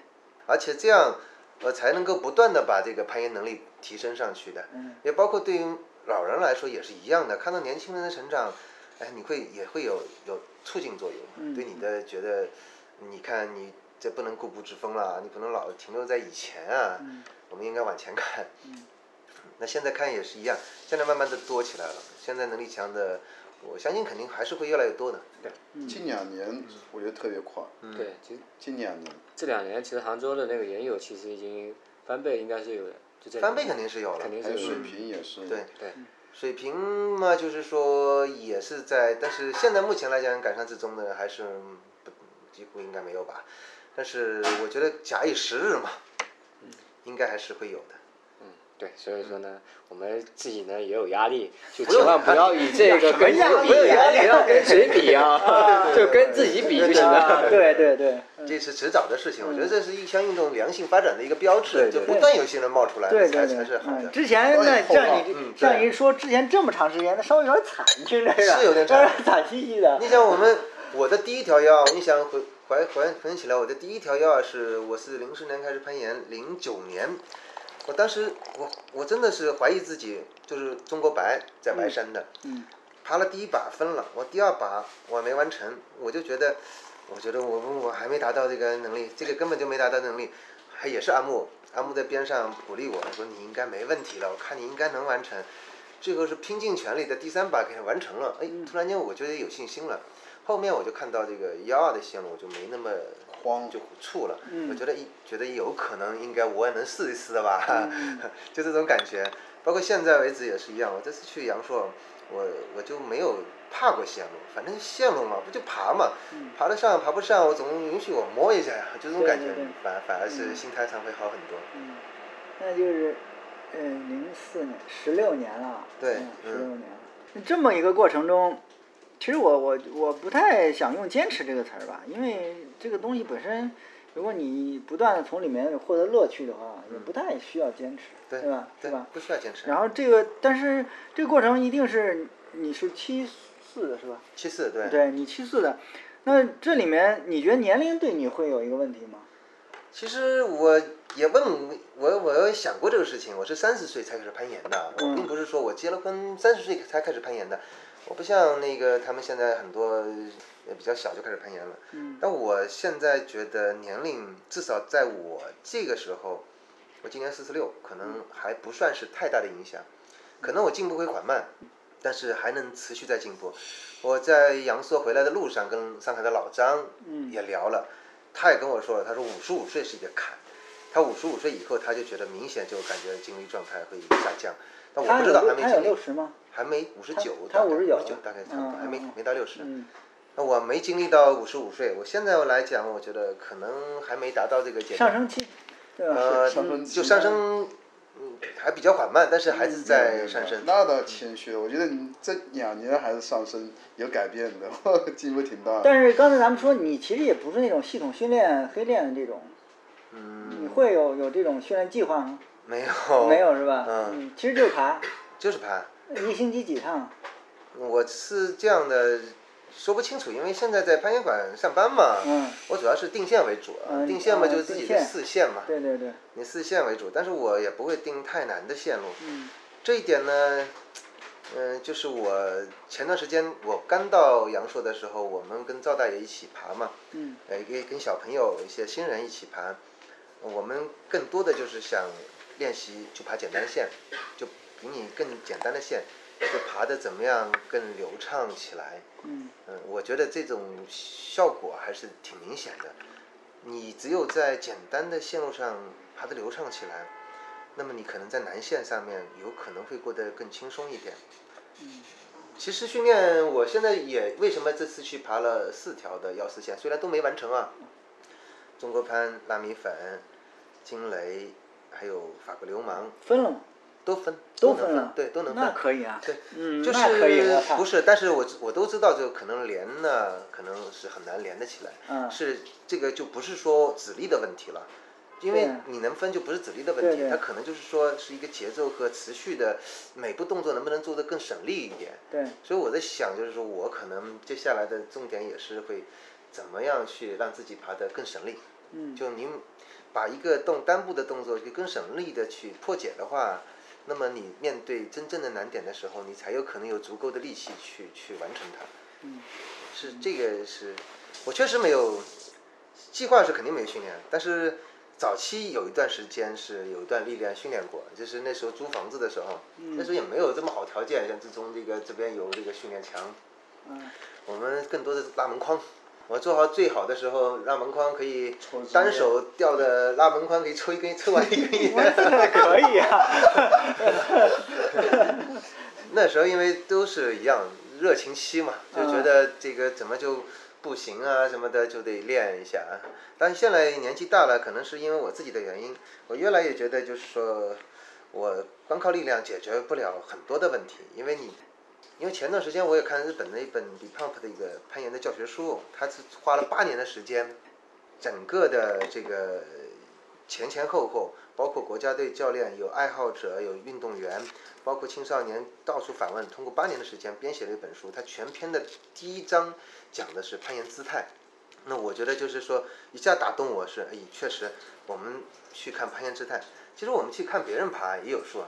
Speaker 4: 而且这样呃才能够不断的把这个攀岩能力提升上去的，
Speaker 5: 嗯
Speaker 4: 也包括对于老人来说也是一样的，看到年轻人的成长，哎，你会也会有有促进作
Speaker 5: 嗯
Speaker 4: 用，对你的觉得，你看你这不能固步自封了，啊你不能老停留在以前啊，
Speaker 5: 嗯
Speaker 4: 我们应该往前看。那现在看也是一样，现在慢慢的多起来了，现在能力强的，我相信肯定还是会越来越多的。对，
Speaker 3: 近两年我觉得特别快，
Speaker 5: 对，其实
Speaker 3: 近两年
Speaker 5: 这两年其实杭州的那个研友其实已经翻倍，应该是有的，就这
Speaker 4: 翻倍肯定是有了，
Speaker 5: 肯定
Speaker 3: 还有
Speaker 5: 是有
Speaker 3: 水
Speaker 5: 的。
Speaker 3: 平也是，
Speaker 4: 对
Speaker 5: 对，
Speaker 4: 水平嘛，就是说也是在，但是现在目前来讲，赶上至中的还是不几乎应该没有吧。但是我觉得假以时日嘛，
Speaker 2: 嗯
Speaker 4: 应该还是会有的。
Speaker 5: 对，所以说呢，我们自己呢也有压力，就
Speaker 4: 用
Speaker 5: 千万不要以这个跟
Speaker 2: 压力
Speaker 5: 不要
Speaker 2: 压
Speaker 5: 不要跟谁比啊，就跟自己比就行
Speaker 2: 啊
Speaker 5: 了。
Speaker 2: 对对对，嗯嗯
Speaker 4: 这是迟早的事情。我觉得这是一项运动良性发展的一个标志，
Speaker 3: 对
Speaker 4: 就
Speaker 3: 对
Speaker 4: 不断有新人冒出来，
Speaker 2: 对
Speaker 4: 才
Speaker 2: 对
Speaker 4: 才
Speaker 2: 对
Speaker 4: 是，好的
Speaker 2: 嗯，。之前呢，这
Speaker 3: 后
Speaker 2: 样
Speaker 3: 浪
Speaker 2: 你
Speaker 4: 嗯
Speaker 2: 这样
Speaker 4: 对
Speaker 2: 一说，之前这么长时间，那稍微有点惨，听着
Speaker 4: 是有
Speaker 2: 有
Speaker 4: 点惨
Speaker 2: 点惨兮兮的。
Speaker 4: 你想我们我的第一条药，你想回怀怀回想起来，我的第一条药是我是零十年开始攀岩，零九年，我当时我我真的是怀疑自己，就是中国白在白山的，
Speaker 2: 嗯
Speaker 4: 爬了第一把分了，我第二把我没完成，我就觉得，我觉得我我还没达到这个能力，这个根本就没达到能力，还也是阿木，阿木在边上鼓励我说你应该没问题了，我看你应该能完成，最后是拼尽全力的第三把给完成了，
Speaker 2: 嗯
Speaker 4: 哎，突然间我觉得有信心了，后面我就看到这个幺二的线路我就没那么
Speaker 3: 慌
Speaker 4: 就怵了，
Speaker 2: 嗯
Speaker 4: 我觉得一觉得有可能应该我也能试一试的吧，
Speaker 2: 嗯
Speaker 4: (laughs) 就这种感觉。包括现在为止也是一样，我这次去阳朔，我我就没有怕过线路，反正线路嘛，不就爬嘛，
Speaker 2: 嗯
Speaker 4: 爬得上爬不上，我总允许我摸一下呀，就这种
Speaker 2: 对
Speaker 4: 感觉，
Speaker 2: 对对
Speaker 4: 反反而是
Speaker 2: 嗯
Speaker 4: 心态上会好很多。
Speaker 2: 嗯，那就是，呃，零四年，十六年了。
Speaker 4: 对
Speaker 2: 十六
Speaker 4: 嗯
Speaker 2: 年了。那这么一个过程中，其实我我我不太想用“坚持”这个词儿吧，因为这个东西本身，如果你不断的从里面获得乐趣的话，也不太需要坚持，
Speaker 4: 嗯对
Speaker 2: 对吧？
Speaker 4: 对
Speaker 2: 吧？
Speaker 4: 不需要坚持。
Speaker 2: 然后这个，但是这个过程一定是你是七四的是吧？
Speaker 4: 其次，对，
Speaker 2: 对你七四的，那这里面你觉得年龄对你会有一个问题吗？
Speaker 4: 其实我也问我，我有想过这个事情。我是三十岁才开始攀岩的，我
Speaker 2: 嗯
Speaker 4: 并不是说我结了婚三十岁才开始攀岩的。我不像那个他们现在很多呃比较小就开始攀岩了。
Speaker 2: 嗯
Speaker 4: 但我现在觉得年龄至少在我这个时候，我今年四十六，可
Speaker 2: 嗯
Speaker 4: 能还不算是太大的影响，可能我进步会缓慢，但是还能持续在进步。我在阳朔回来的路上跟上海的老张
Speaker 2: 嗯
Speaker 4: 也聊了，他也跟我说了，他说五十五岁是一个坎，他五十五岁以后他就觉得明显就感觉精力状态会下降，但我
Speaker 2: 他
Speaker 4: 不知道
Speaker 2: 有
Speaker 4: 还没
Speaker 2: 他有
Speaker 4: 经
Speaker 2: 六
Speaker 4: 历，
Speaker 2: 十吗？
Speaker 4: 还没五十九，
Speaker 2: 他他59
Speaker 4: 大概差不
Speaker 2: 嗯
Speaker 4: 多，还没
Speaker 2: 嗯嗯
Speaker 4: 没到六十。
Speaker 2: 嗯
Speaker 4: 那我没经历到五十五岁，我现在来讲，我觉得可能还没达到这个阶
Speaker 2: 上
Speaker 4: 段。
Speaker 2: 升期，对吧？
Speaker 4: 呃，
Speaker 2: 是
Speaker 3: 上升
Speaker 2: 嗯
Speaker 3: 期
Speaker 4: 就上升，嗯，还比较缓慢，但是还是
Speaker 2: 嗯
Speaker 4: 在上升。
Speaker 3: 那倒谦虚了，我觉得你这两年还是上升有改变的， (laughs) 进步挺大的。
Speaker 2: 但是刚才咱们说，你其实也不是那种系统训练、黑练的这种，
Speaker 4: 嗯，
Speaker 2: 你会有有这种训练计划吗？
Speaker 4: 没有？
Speaker 2: 没有是吧？
Speaker 4: 嗯，
Speaker 2: 嗯，其实就是爬，
Speaker 4: 就是爬。
Speaker 2: 一星期几趟？
Speaker 4: 我是这样的，说不清楚，因为现在在攀岩馆上班嘛。
Speaker 2: 嗯。
Speaker 4: 我主要是定线为主，啊
Speaker 2: 嗯
Speaker 4: 定线嘛
Speaker 2: 嗯
Speaker 4: 就是自己
Speaker 2: 定
Speaker 4: 的
Speaker 2: 线
Speaker 4: 四线嘛，
Speaker 2: 对对对，
Speaker 4: 你四线为主，但是我也不会定太难的线路。
Speaker 2: 嗯
Speaker 4: 这一点呢，嗯、就是我前段时间我刚到阳朔的时候，我们跟赵大爷一起爬嘛，
Speaker 2: 嗯
Speaker 4: 呃，跟跟小朋友一些新人一起爬，我们更多的就是想练习就爬简单线，就比你更简单的线，就爬的怎么样更流畅起来。
Speaker 2: 嗯
Speaker 4: 嗯，我觉得这种效果还是挺明显的。你只有在简单的线路上爬得流畅起来，那么你可能在南线上面有可能会过得更轻松一点。
Speaker 2: 嗯
Speaker 4: 其实训练，我现在也为什么这次去爬了四条的幺四线，虽然都没完成啊，中国攀、拉米粉、惊雷，还有法国流氓
Speaker 2: 分了吗？
Speaker 4: 都分，
Speaker 2: 都
Speaker 4: 能
Speaker 2: 分了，
Speaker 4: 对，都能分。
Speaker 2: 那可以啊。
Speaker 4: 对，
Speaker 2: 嗯，
Speaker 4: 就是
Speaker 2: 那可以了，
Speaker 4: 不是，但是我我都知道，就可能连呢，可能是很难连得起来。
Speaker 2: 嗯
Speaker 4: 是这个就不是说指力的问题了，因为
Speaker 2: 对啊
Speaker 4: 你能分就不是指力的
Speaker 2: 对
Speaker 4: 问题，
Speaker 2: 对
Speaker 4: 它可能就是说是一个节奏和持续的每步动作能不能做得更省力一点。 (laughs)
Speaker 2: 对， (laughs)
Speaker 4: 所以我在想，就是说我可能接下来的重点也是会怎么样去让自己爬得更省力。
Speaker 2: 嗯
Speaker 4: 就您把一个动单步的动作就更省力的去破解的话，那么你面对真正的难点的时候，你才有可能有足够的力气去去完成它。
Speaker 2: 嗯
Speaker 4: 是这个是，我确实没有计划是肯定没训练，但是早期有一段时间是有一段历练训练过，就是那时候租房子的时候，那时候也没有这么好条件，像自从这个这边有这个训练墙，
Speaker 2: 嗯
Speaker 4: 我们更多的是拉门框。我做好最好的时候，让门框可以
Speaker 3: 抽筋
Speaker 4: 单手吊着拉门框，可以抽一根，抽完一根烟。
Speaker 2: 可以
Speaker 4: (laughs)
Speaker 2: 啊。
Speaker 4: 那时候因为都是一样热情期嘛，就觉得这个怎么就不行啊什么的，就得练一下啊。但现在年纪大了，可能是因为我自己的原因，我越来越觉得就是说，我光靠力量解决不了很多的问题，因为你。因为前段时间我也看日本的一本 b e Pump 的一个攀岩的教学书，他是花了八年的时间，整个的这个前前后后，包括国家队教练、有爱好者、有运动员，包括青少年到处访问，通过八年的时间编写了一本书。它全篇的第一章讲的是攀岩姿态。那我觉得就是说，一下打动我是，哎，确实，我们去看攀岩姿态，其实我们去看别人爬也有数啊。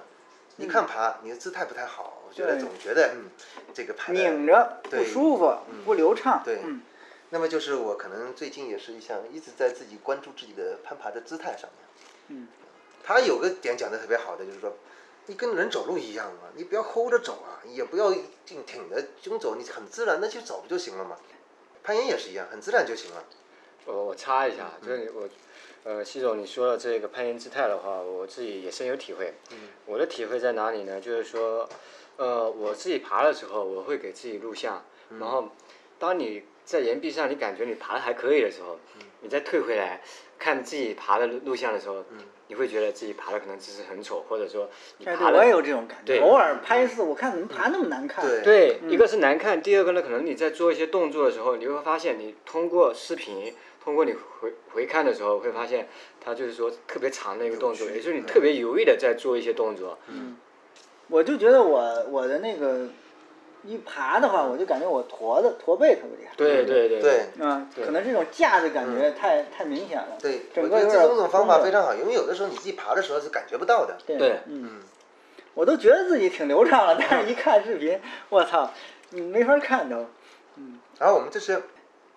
Speaker 4: 一看爬，你的姿态不太好，我觉得
Speaker 2: 对
Speaker 4: 总觉得，嗯，这个爬得
Speaker 2: 拧着不
Speaker 4: 对
Speaker 2: 舒服，不流畅。
Speaker 4: 对
Speaker 2: 嗯，
Speaker 4: 那么就是我可能最近也是一项一直在自己关注自己的攀爬的姿态上面。
Speaker 2: 嗯，
Speaker 4: 他有个点讲的特别好的，就是说，你跟人走路一样嘛，你不要齁着走啊，也不要挺挺着胸走，你很自然的去走不就行了嘛。攀岩也是一样，很自然就行了。
Speaker 5: 我我插一
Speaker 2: 嗯
Speaker 5: 下，就是你我，呃，西总你说到这个攀岩姿态的话，我自己也深有体会。
Speaker 2: 嗯
Speaker 5: 我的体会在哪里呢？就是说，呃，我自己爬的时候，我会给自己录像，
Speaker 2: 嗯
Speaker 5: 然后当你在岩壁上，你感觉你爬的还可以的时候，
Speaker 2: 嗯
Speaker 5: 你再退回来看自己爬的录录像的时候，你会觉得自己爬的可能姿势很丑，或者说你
Speaker 2: 哎，
Speaker 5: 爬
Speaker 2: 嗯对，
Speaker 5: 的
Speaker 2: 我也有这种感觉。
Speaker 5: 对
Speaker 2: 偶尔拍一次，我看怎么爬那么难看。
Speaker 4: 对
Speaker 5: 对，一个是难看，第二个呢，可能你在做一些动作的时候，你会发现你通过视频，通过你回回看的时候，会发现它就是说特别长的一个动作，
Speaker 4: 有趣
Speaker 5: 也就是你特别有意的在做一些动作。
Speaker 2: 我就觉得我我的那个一爬的话，我就感觉我驼的驼背特别厉害。
Speaker 5: 对对对
Speaker 4: 对，嗯
Speaker 2: 啊，可能这种架的感觉太太明显了。
Speaker 4: 对，
Speaker 2: 整
Speaker 4: 我
Speaker 2: 个
Speaker 4: 觉
Speaker 2: 有
Speaker 4: 得
Speaker 2: 点
Speaker 4: 这种种方法
Speaker 2: 空
Speaker 4: 非
Speaker 2: 着
Speaker 4: 常好，因为有的时候你自己爬的时候是感觉不到的。
Speaker 2: 对
Speaker 5: 对
Speaker 2: 嗯，我都觉得自己挺流畅
Speaker 4: (laughs)
Speaker 2: 了，但是一看视频，我操，你没法看都。
Speaker 4: 然后我们这次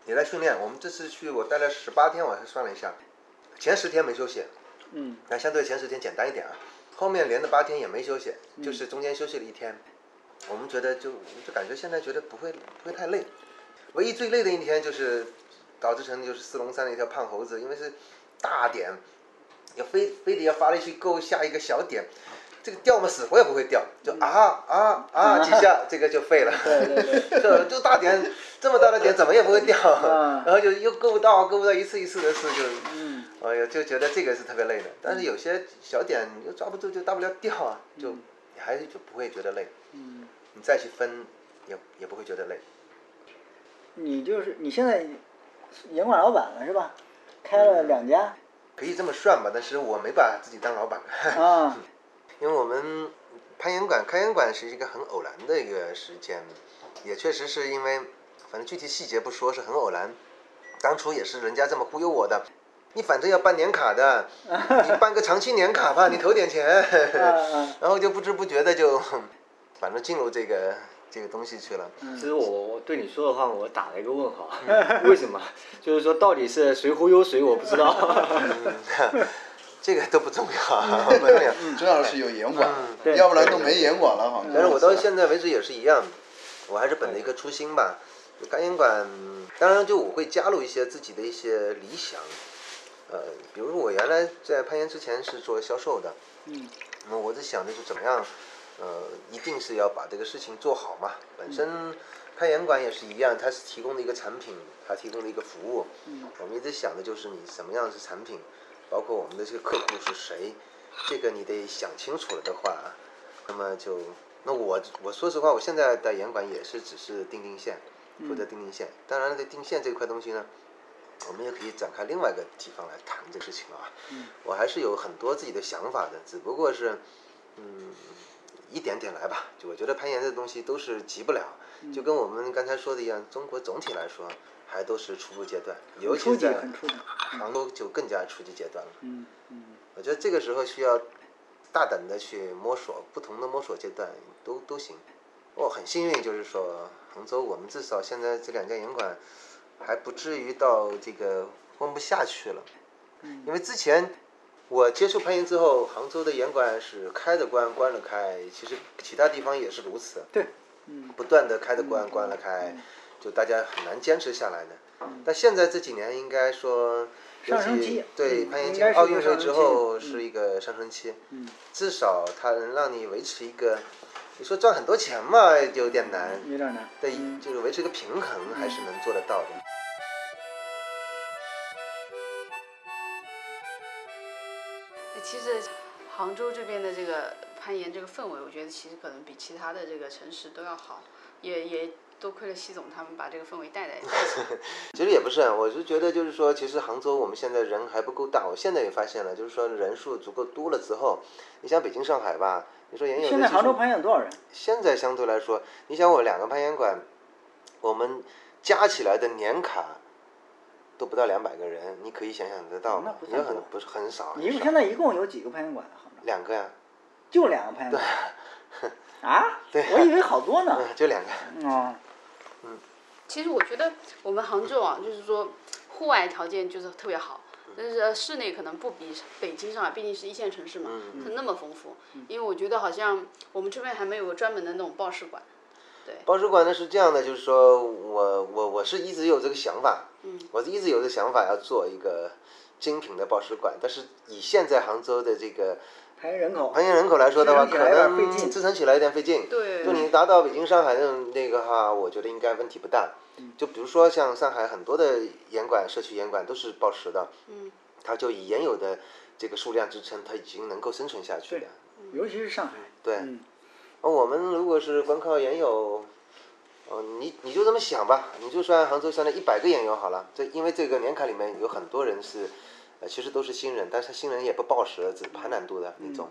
Speaker 4: 也在训练，我们这次去我待了十八天，我还算了一下，前十天没休息，
Speaker 2: 嗯，
Speaker 4: 那相对前十天简单一点啊，后面连着八天也没休息，
Speaker 2: 嗯
Speaker 4: 就是中间休息了一天，我们觉得就就感觉现在觉得不会不会太累，唯一最累的一天就是导致成就是四龙山的一条胖猴子，因为是大点，要非非得要发力去够下一个小点。这个掉嘛，死活也不会掉，就啊啊
Speaker 2: (laughs)
Speaker 4: 啊几下，这个就废了。
Speaker 2: 嗯对对对
Speaker 4: 是吧就大点，这么大的点怎么也不会掉，
Speaker 2: 啊
Speaker 4: 然后就又够不到，够不到一次一次的事就，
Speaker 2: 嗯，
Speaker 4: 哎呀，就觉得这个是特别累的。但是有些小点你又抓不住，就大不了掉啊，就你还是就不会觉得累。
Speaker 2: 嗯，
Speaker 4: 你再去分，也也不会觉得累。
Speaker 2: 你就是你现在严管老板了是吧？开了两家、
Speaker 4: 可以这么算吧，但是我没把自己当老板，
Speaker 2: 啊，
Speaker 4: 因为我们攀岩馆开岩馆是一个很偶然的一个时间，也确实是因为，反正具体细节不说，是很偶然。当初也是人家这么忽悠我的，你反正要办年卡的，你办个长期年卡吧，你投点钱
Speaker 2: 嗯，
Speaker 4: 然后就不知不觉的就，反正进入这个这个东西去了。
Speaker 2: 嗯
Speaker 5: 其实我我对你说的话，我打了一个问号， (laughs) 为什么？就是说到底是谁忽悠谁，我不知道。
Speaker 4: (laughs)
Speaker 5: (laughs)
Speaker 4: 这个都不重要， (laughs) 不重要。
Speaker 3: 主要是有严管，
Speaker 2: 对
Speaker 3: 要不然都没严管了，好像。
Speaker 4: 但是我到现在为止也是一样，我还是本着一个初心吧。就干烟馆，当然就我会加入一些自己的一些理想，呃，比如说我原来在攀岩之前是做销售的，
Speaker 2: 嗯，
Speaker 4: 那我在想的是怎么样，呃，一定是要把这个事情做好嘛。本身开岩馆也是一样，它是提供的一个产品，它提供的一个服务。我们一直想的就是你什么样是产品，包括我们的这个客户是谁，这个你得想清楚了的话，那么就那我我说实话，我现在的岩馆也是只是定定线，
Speaker 2: 嗯
Speaker 4: 负责定定线。当然了，这定线这块东西呢。我们也可以展开另外一个地方来谈这个事情了啊。
Speaker 2: 嗯
Speaker 4: 我还是有很多自己的想法的，只不过是，嗯，一点点来吧。就我觉得攀岩这东西都是急不了，
Speaker 2: 嗯
Speaker 4: 就跟我们刚才说的一样，中国总体来说还都是初步阶段，尤其
Speaker 2: 初级
Speaker 4: 在
Speaker 2: 很初级。
Speaker 4: 杭州就更加初级阶段了。
Speaker 2: 嗯嗯
Speaker 4: 我觉得这个时候需要大胆的去摸索，不同的摸索阶段都都行。我很幸运，就是说杭州，我们至少现在这两家严管还不至于到这个混不下去了。因为之前我接触攀岩之后，杭州的严管是开着关，关了开，其实其他地方也是如此。
Speaker 2: 对，嗯
Speaker 4: 不断的开着关，关了开，就大家很难坚持下来的。但现在这几年应该说，尤
Speaker 2: 嗯上升
Speaker 4: 其
Speaker 2: 期
Speaker 4: 对
Speaker 2: 嗯
Speaker 4: 攀岩
Speaker 2: 应
Speaker 4: 经
Speaker 2: 该是
Speaker 4: 奥
Speaker 2: 一个
Speaker 4: 运
Speaker 2: 上
Speaker 4: 会
Speaker 2: 升
Speaker 4: 之
Speaker 2: 期
Speaker 4: 后
Speaker 2: 嗯
Speaker 4: 是一个上升期，
Speaker 2: 嗯
Speaker 4: 至少它能让你维持一个，你说赚很多钱嘛，有点难，
Speaker 2: 有点难。
Speaker 4: 对，就是维持一个平衡还是能做得到
Speaker 2: 嗯
Speaker 4: 的。
Speaker 6: 其实杭州这边的这个攀岩这个氛围，我觉得其实可能比其他的这个城市都要好，也也多亏了习总他们把这个氛围带在一起。
Speaker 4: 其实也不是，我是觉得就是说，其实杭州我们现在人还不够大，我现在也发现了，就是说人数足够多了之后，你像北京、上海吧，你说也有
Speaker 2: 现在杭州攀岩有多少人？
Speaker 4: 现在相对来说，你想我两个攀岩馆，我们加起来的年卡都不到两百个人，你可以想想得到
Speaker 2: 那
Speaker 4: 吗？
Speaker 2: 不
Speaker 4: 也
Speaker 2: 算
Speaker 4: 很
Speaker 2: 多
Speaker 4: 不是很少，
Speaker 2: 你
Speaker 4: 很
Speaker 2: 们
Speaker 4: 少
Speaker 2: 现在一共有几个攀岩馆啊？杭州
Speaker 4: 两个呀、
Speaker 2: 就两个攀岩馆。
Speaker 4: (laughs)
Speaker 2: 啊？我以为好多呢。
Speaker 4: 嗯
Speaker 2: (laughs)
Speaker 4: 就两个。
Speaker 2: 啊，
Speaker 6: 其实我觉得我们杭州啊，就是说户外条件就是特别好，但是呃室内可能不比北京、上海，毕竟是一线城市嘛，它那么丰富。因为我觉得好像我们这边还没有专门的那种报时馆。
Speaker 4: 报纸馆呢是这样的，就是说我我我是一直有这个想法，嗯，我是一直有这个想法要做一个精品的报纸馆，但是以现在杭州的这个
Speaker 2: 攀岩人口
Speaker 4: 攀岩人口来说的话，
Speaker 2: 支撑起来
Speaker 4: 可
Speaker 2: 有点
Speaker 4: 能
Speaker 2: 费劲
Speaker 4: 支撑起来有点费劲。
Speaker 6: 对
Speaker 4: 就你达到北京、上海那种那个哈，我觉得应该问题不大。
Speaker 2: 嗯
Speaker 4: 就比如说像上海很多的岩馆、社区岩馆都是报时的，嗯，它就以原有的这个数量支撑，它已经能够生存下去了。
Speaker 2: 尤其是上海。
Speaker 4: 对
Speaker 2: 嗯，
Speaker 4: 而我们如果是光靠研友，哦、你你就这么想吧，你就算杭州算那一百个研友好了。这因为这个年卡里面有很多人是，呃，其实都是新人，但是他新人也不报时，只爬难度的那种。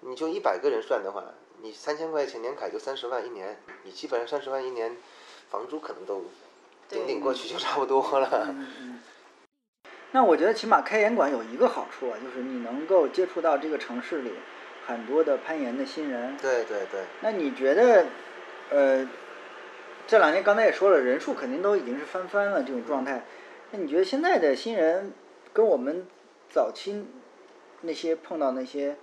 Speaker 4: 你就一百个人算的话，你三千块钱年卡就三十万一年，你基本上三十万一年，房租可能都顶顶过去就差不多了。
Speaker 2: 那我觉得起码开岩馆有一个好处啊，就是你能够接触到这个城市里很多的攀岩的新人。
Speaker 4: 对对对，
Speaker 2: 那你觉得，呃，这两年刚才也说了，人数肯定都已经是翻番了这种状态。那你觉得现在的新人跟我们早期那些碰到那些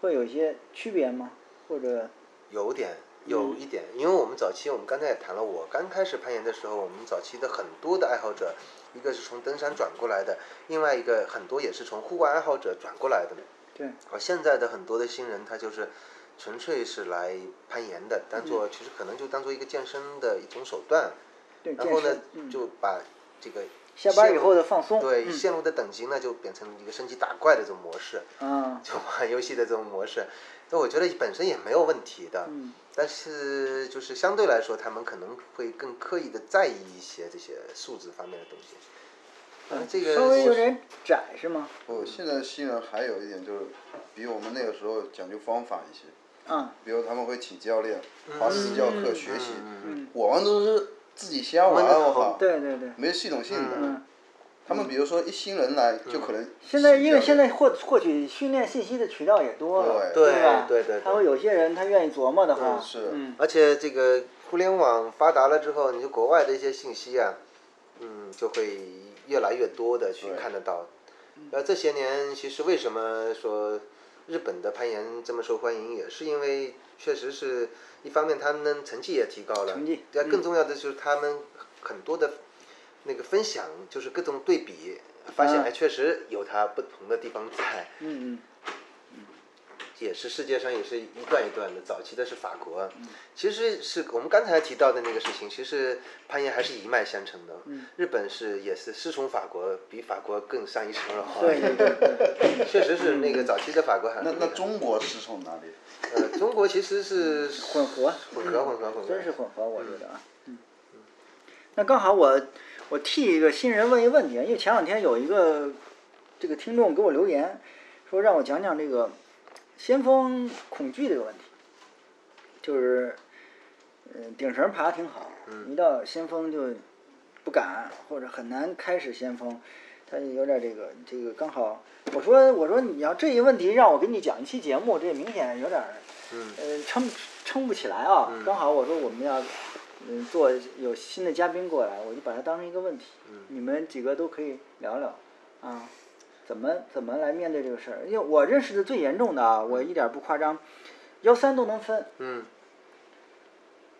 Speaker 2: 会有一些区别吗？或者
Speaker 4: 有点，有
Speaker 2: 嗯
Speaker 4: 一点，因为我们早期我们刚才也谈了，我刚开始攀岩的时候，我们早期的很多的爱好者，一个是从登山转过来的，另外一个很多也是从户外爱好者转过来的。
Speaker 2: 对，
Speaker 4: 而现在的很多的新人，他就是纯粹是来攀岩的，
Speaker 2: 嗯
Speaker 4: 当做、其实可能就当做一个健身的一种手段，
Speaker 2: 对
Speaker 4: 然
Speaker 2: 健
Speaker 4: 后呢
Speaker 2: 身，，嗯，
Speaker 4: 就把这个
Speaker 2: 下班以后的放松，
Speaker 4: 对
Speaker 2: 嗯
Speaker 4: 线路的等级呢，就变成一个升级打怪的这种模式。
Speaker 2: 啊，
Speaker 4: (laughs) 就玩游戏的这种模式，那我觉得本身也没有问题的，
Speaker 2: 嗯
Speaker 4: 但是就是相对来说，他们可能会更刻意的在意一些这些数值方面的东西。反正这个
Speaker 2: 稍微有
Speaker 4: 我
Speaker 2: 点窄是吗？
Speaker 3: 不，现在新人还有一点就是，比我们那个时候讲究方法一些。
Speaker 2: 啊，
Speaker 3: 比如他们会请教练，花私教课学习。
Speaker 2: 嗯
Speaker 3: 我们都是自己瞎玩的话，
Speaker 2: 对对对，
Speaker 3: 没有系统性的。
Speaker 2: 嗯
Speaker 3: 他们比如说一新人来，就可能
Speaker 2: 现在因为现在获获取训练信息的渠道也多了，
Speaker 3: 对
Speaker 2: 吧？
Speaker 4: 哎对对对
Speaker 2: 他会有些人他愿意琢磨的话，
Speaker 3: 是
Speaker 2: 嗯，
Speaker 4: 而且这个互联网发达了之后，你就国外的一些信息啊，嗯，就会越来越多的去看得到。
Speaker 2: 嗯
Speaker 4: 呃，这些年其实为什么说日本的攀岩这么受欢迎，也是因为确实是一方面他们成绩也提高了，
Speaker 2: 成绩
Speaker 4: 对啊，
Speaker 2: 嗯
Speaker 4: 更重要的就是他们很多的那个分享，就是各种对比，发现
Speaker 2: 嗯
Speaker 4: 哎，确实有它不同的地方在。
Speaker 2: 嗯嗯。
Speaker 4: 也是世界上也是一段一段的，早期的是法国，
Speaker 2: 嗯
Speaker 4: 其实是我们刚才提到的那个事情，其实攀岩还是一脉相承的。
Speaker 2: 嗯
Speaker 4: 日本是也是师从法国，比法国更上一层楼啊。
Speaker 2: 对嗯对嗯对
Speaker 4: 确实是那个早期的法国很
Speaker 3: 那那中国是从哪里？
Speaker 4: 呃中国其实是
Speaker 2: 混合，
Speaker 4: 混合混合混合，
Speaker 2: 真是混合，我觉得啊，嗯。那刚好我我替一个新人问一问题啊，因为前两天有一个这个听众给我留言，说让我讲讲这个先锋恐惧这个问题，就是嗯顶绳爬挺好，一到先锋就不敢或者很难开始先锋，他就有点这个这个刚好。我说我说你要这一问题让我给你讲一期节目，这明显有点儿呃，撑撑不起来啊。
Speaker 4: 嗯
Speaker 2: 刚好我说我们要，嗯，做有新的嘉宾过来，我就把它当成一个问题，
Speaker 4: 嗯
Speaker 2: 你们几个都可以聊聊，啊，怎么怎么来面对这个事儿？因为我认识的最严重的啊，我一点儿不夸张，幺三都能分，
Speaker 4: 嗯，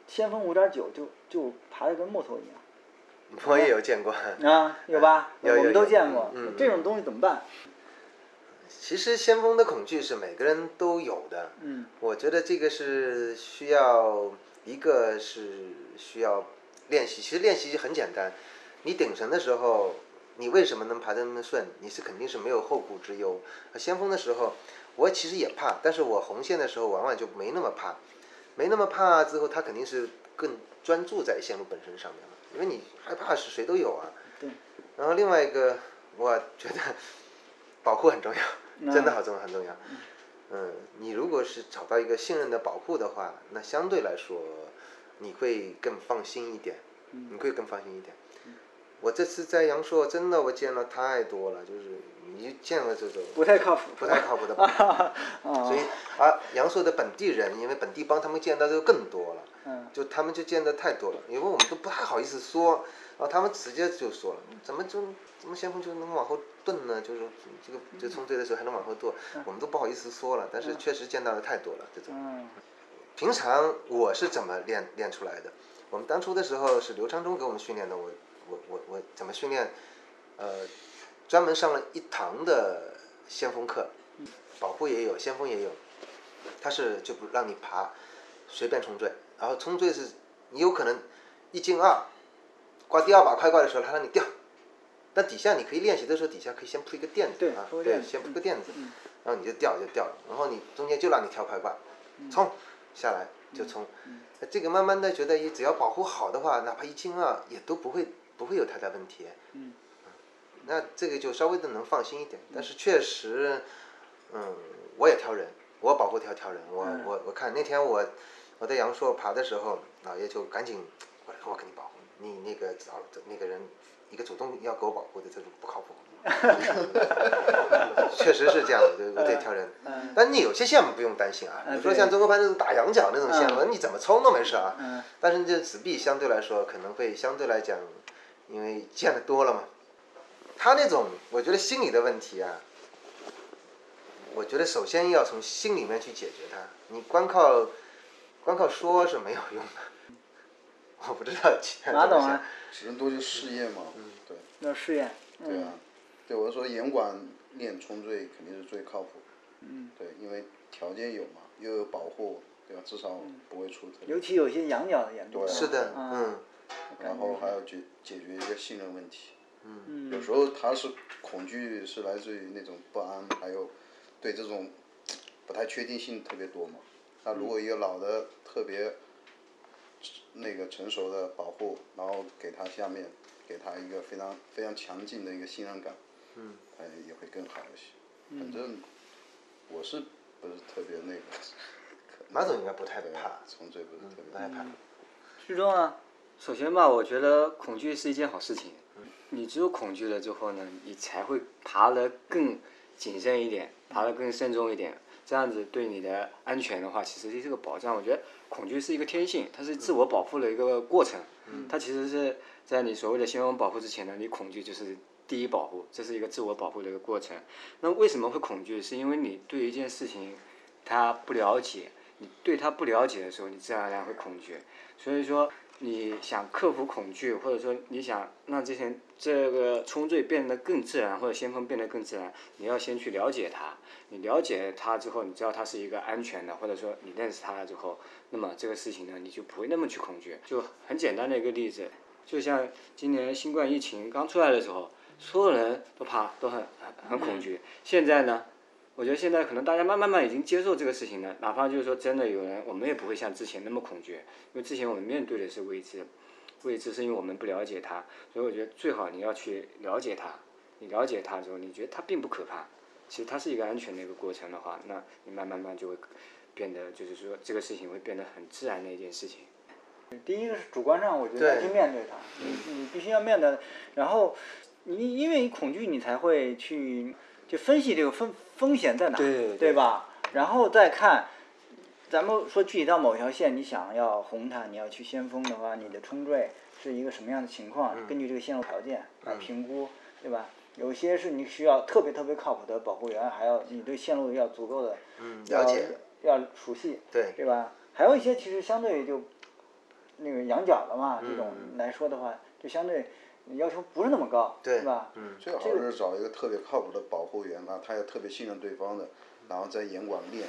Speaker 2: 先锋五点九就就爬的跟木头一样。
Speaker 4: 我也有见过。
Speaker 2: 啊，有吧？
Speaker 4: 哎有有
Speaker 2: 我们都
Speaker 4: 有
Speaker 2: 见过、
Speaker 4: 嗯嗯
Speaker 2: 这种东西怎么办？
Speaker 4: 其实先锋的恐惧是每个人都有的。
Speaker 2: 嗯，
Speaker 4: 我觉得这个是需要一个是需要练习，其实练习很简单。你顶绳的时候，你为什么能爬得那么顺？你是肯定是没有后顾之忧。而先锋的时候，我其实也怕，但是我红线的时候往往就没那么怕，没那么怕之后，他肯定是更专注在线路本身上面了，因为你害怕是谁都有啊。
Speaker 2: 对。
Speaker 4: 然后另外一个，我觉得保护很重要，真的好重要，很重要。嗯，你如果是找到一个信任的保护的话，那相对来说你会更放心一点，
Speaker 2: 嗯
Speaker 4: 你会更放心一点。我这次在阳朔，真的我见了太多了，就是你见了这种
Speaker 2: 不太靠谱，哦
Speaker 4: 不太靠
Speaker 2: (laughs)
Speaker 4: 谱的保护，所以啊，阳朔的本地人，因为本地帮他们见到就更多了，
Speaker 2: 嗯
Speaker 4: 就他们就见的太多了，因为我们都不太好意思说，然后他们直接就说了，怎么就怎么先锋就能往后顿呢？就是这个这冲队的时候还能往后顿，我们都不好意思说了，但是确实见到的太多了这种。
Speaker 2: 嗯
Speaker 4: 平常我是怎么练练出来的？我们当初的时候是刘昌忠给我们训练的，我我我我怎么训练？呃，专门上了一堂的先锋课，保护也有，先锋也有，它是就不让你爬，随便冲坠，然后冲坠是你有可能一进二，挂第二把快挂的时候，它让你掉。但底下你可以练习的时候，底下可以先铺一个垫子
Speaker 2: 对
Speaker 4: 啊，
Speaker 2: 铺个
Speaker 4: 对，
Speaker 2: 垫子
Speaker 4: 先铺
Speaker 2: 嗯
Speaker 4: 个垫子，
Speaker 2: 嗯
Speaker 4: 然后你就掉就掉了，然后你中间就让你跳快挂，
Speaker 2: 嗯
Speaker 4: 冲下来就冲。那这个慢慢的觉得，只要保护好的话，哪怕一进二也都不会不会有太大问题。
Speaker 2: 嗯
Speaker 4: 那这个就稍微的能放心一点，但是确实，嗯，我也挑人，我保护条挑人，我我我看那天我我在阳朔爬的时候，老爷就赶紧我我给你保护，你那个找那个人一个主动要给我保护的，这种不靠谱， (laughs) 确实是这样的，对我得挑人。但你有些线路不用担心啊，比如说像中国攀那种打羊角那种线路，你怎么冲都没事啊。
Speaker 2: 嗯
Speaker 4: 但是这纸币相对来说可能会相对来讲，因为见的多了嘛，他那种我觉得心理的问题啊，我觉得首先要从心里面去解决它，你光靠光靠说是没有用的。 (laughs) 我不知道其他人
Speaker 2: 马
Speaker 4: 怎么
Speaker 2: 总
Speaker 4: 想
Speaker 2: 啊，
Speaker 3: 只能多去试验嘛。嗯，对。
Speaker 2: 要试验，
Speaker 3: 对
Speaker 2: 嗯
Speaker 3: 啊，对我说严管练冲最肯定是最靠谱。嗯。对，因为条件有嘛，又有保护，对吧？至少不会出
Speaker 2: 尤
Speaker 3: 特。
Speaker 2: 其有些羊角的严重，
Speaker 4: 是的，
Speaker 2: 啊
Speaker 4: 嗯，
Speaker 3: 然后还要解解决一个信任问题。
Speaker 2: 嗯
Speaker 3: 有时候他是恐惧，是来自于那种不安，还有对这种不太确定性特别多嘛。那如
Speaker 4: 嗯
Speaker 3: 果一个老的特别那个成熟的保护，然后给他下面给他一个非常非常强劲的一个信任感，嗯，哎也会更好一些。
Speaker 4: 嗯
Speaker 3: 反正我是不是特别那个，
Speaker 4: 马总应该不太
Speaker 3: 对
Speaker 4: 怕，
Speaker 3: (laughs)
Speaker 4: 嗯
Speaker 3: 从这不是特别
Speaker 4: 不太
Speaker 2: 嗯
Speaker 4: 怕。
Speaker 2: 失重啊，
Speaker 5: 首先吧，我觉得恐惧是一件好事情。你只有恐惧了之后呢，你才会爬得更谨慎一点，爬得更慎重一点。这样子对你的安全的话，其实是一个保障。我觉得恐惧是一个天性，它是自我保护的一个过程。它其实是在你所谓的先锋保护之前呢，你恐惧就是第一保护，这是一个自我保护的一个过程。那为什么会恐惧？是因为你对一件事情它不了解，你对它不了解的时候，你自然而然会恐惧。所以说，你想克服恐惧，或者说你想让这些这个冲坠变得更自然，或者先锋变得更自然，你要先去了解它。你了解它之后，你知道它是一个安全的，或者说你认识它了之后，那么这个事情呢，你就不会那么去恐惧。就很简单的一个例子，就像今年新冠疫情刚出来的时候，所有人都怕，都很很很恐惧。现在呢？我觉得现在可能大家慢慢慢已经接受这个事情了，哪怕就是说真的有人，我们也不会像之前那么恐惧。因为之前我们面对的是未知，未知是因为我们不了解它，所以我觉得最好你要去了解它。你了解它之后，你觉得它并不可怕，其实它是一个安全的一个过程的话，那你慢慢慢就会变得，就是说这个事情会变得很自然的一件事情。
Speaker 2: 第一个是主观上，我觉得要去面对它，你你必须要面对，然后你因为你恐惧，你才会去就分析这个风风险在哪，
Speaker 5: 对对对
Speaker 2: 吧？然后再看，咱们说具体到某条线，你想要红它，你要去先锋的话，你的冲坠是一个什么样的情况？
Speaker 5: 嗯
Speaker 2: 根据这个线路条件来评估，对吧？有些是你需要特别特别靠谱的保护员，还要你对线路要足够的
Speaker 5: 嗯
Speaker 4: 了解，
Speaker 2: 要熟悉，
Speaker 4: 对
Speaker 2: 对吧？还有一些其实相对就那个羊角的嘛，这种
Speaker 4: 嗯
Speaker 2: 来说的话，就相对要求不是那么高，
Speaker 4: 对
Speaker 2: 是吧？
Speaker 4: 嗯，
Speaker 3: 最好是找一个特别靠谱的保护员啊，他也特别信任对方的，
Speaker 2: 嗯
Speaker 3: 然后再严管练。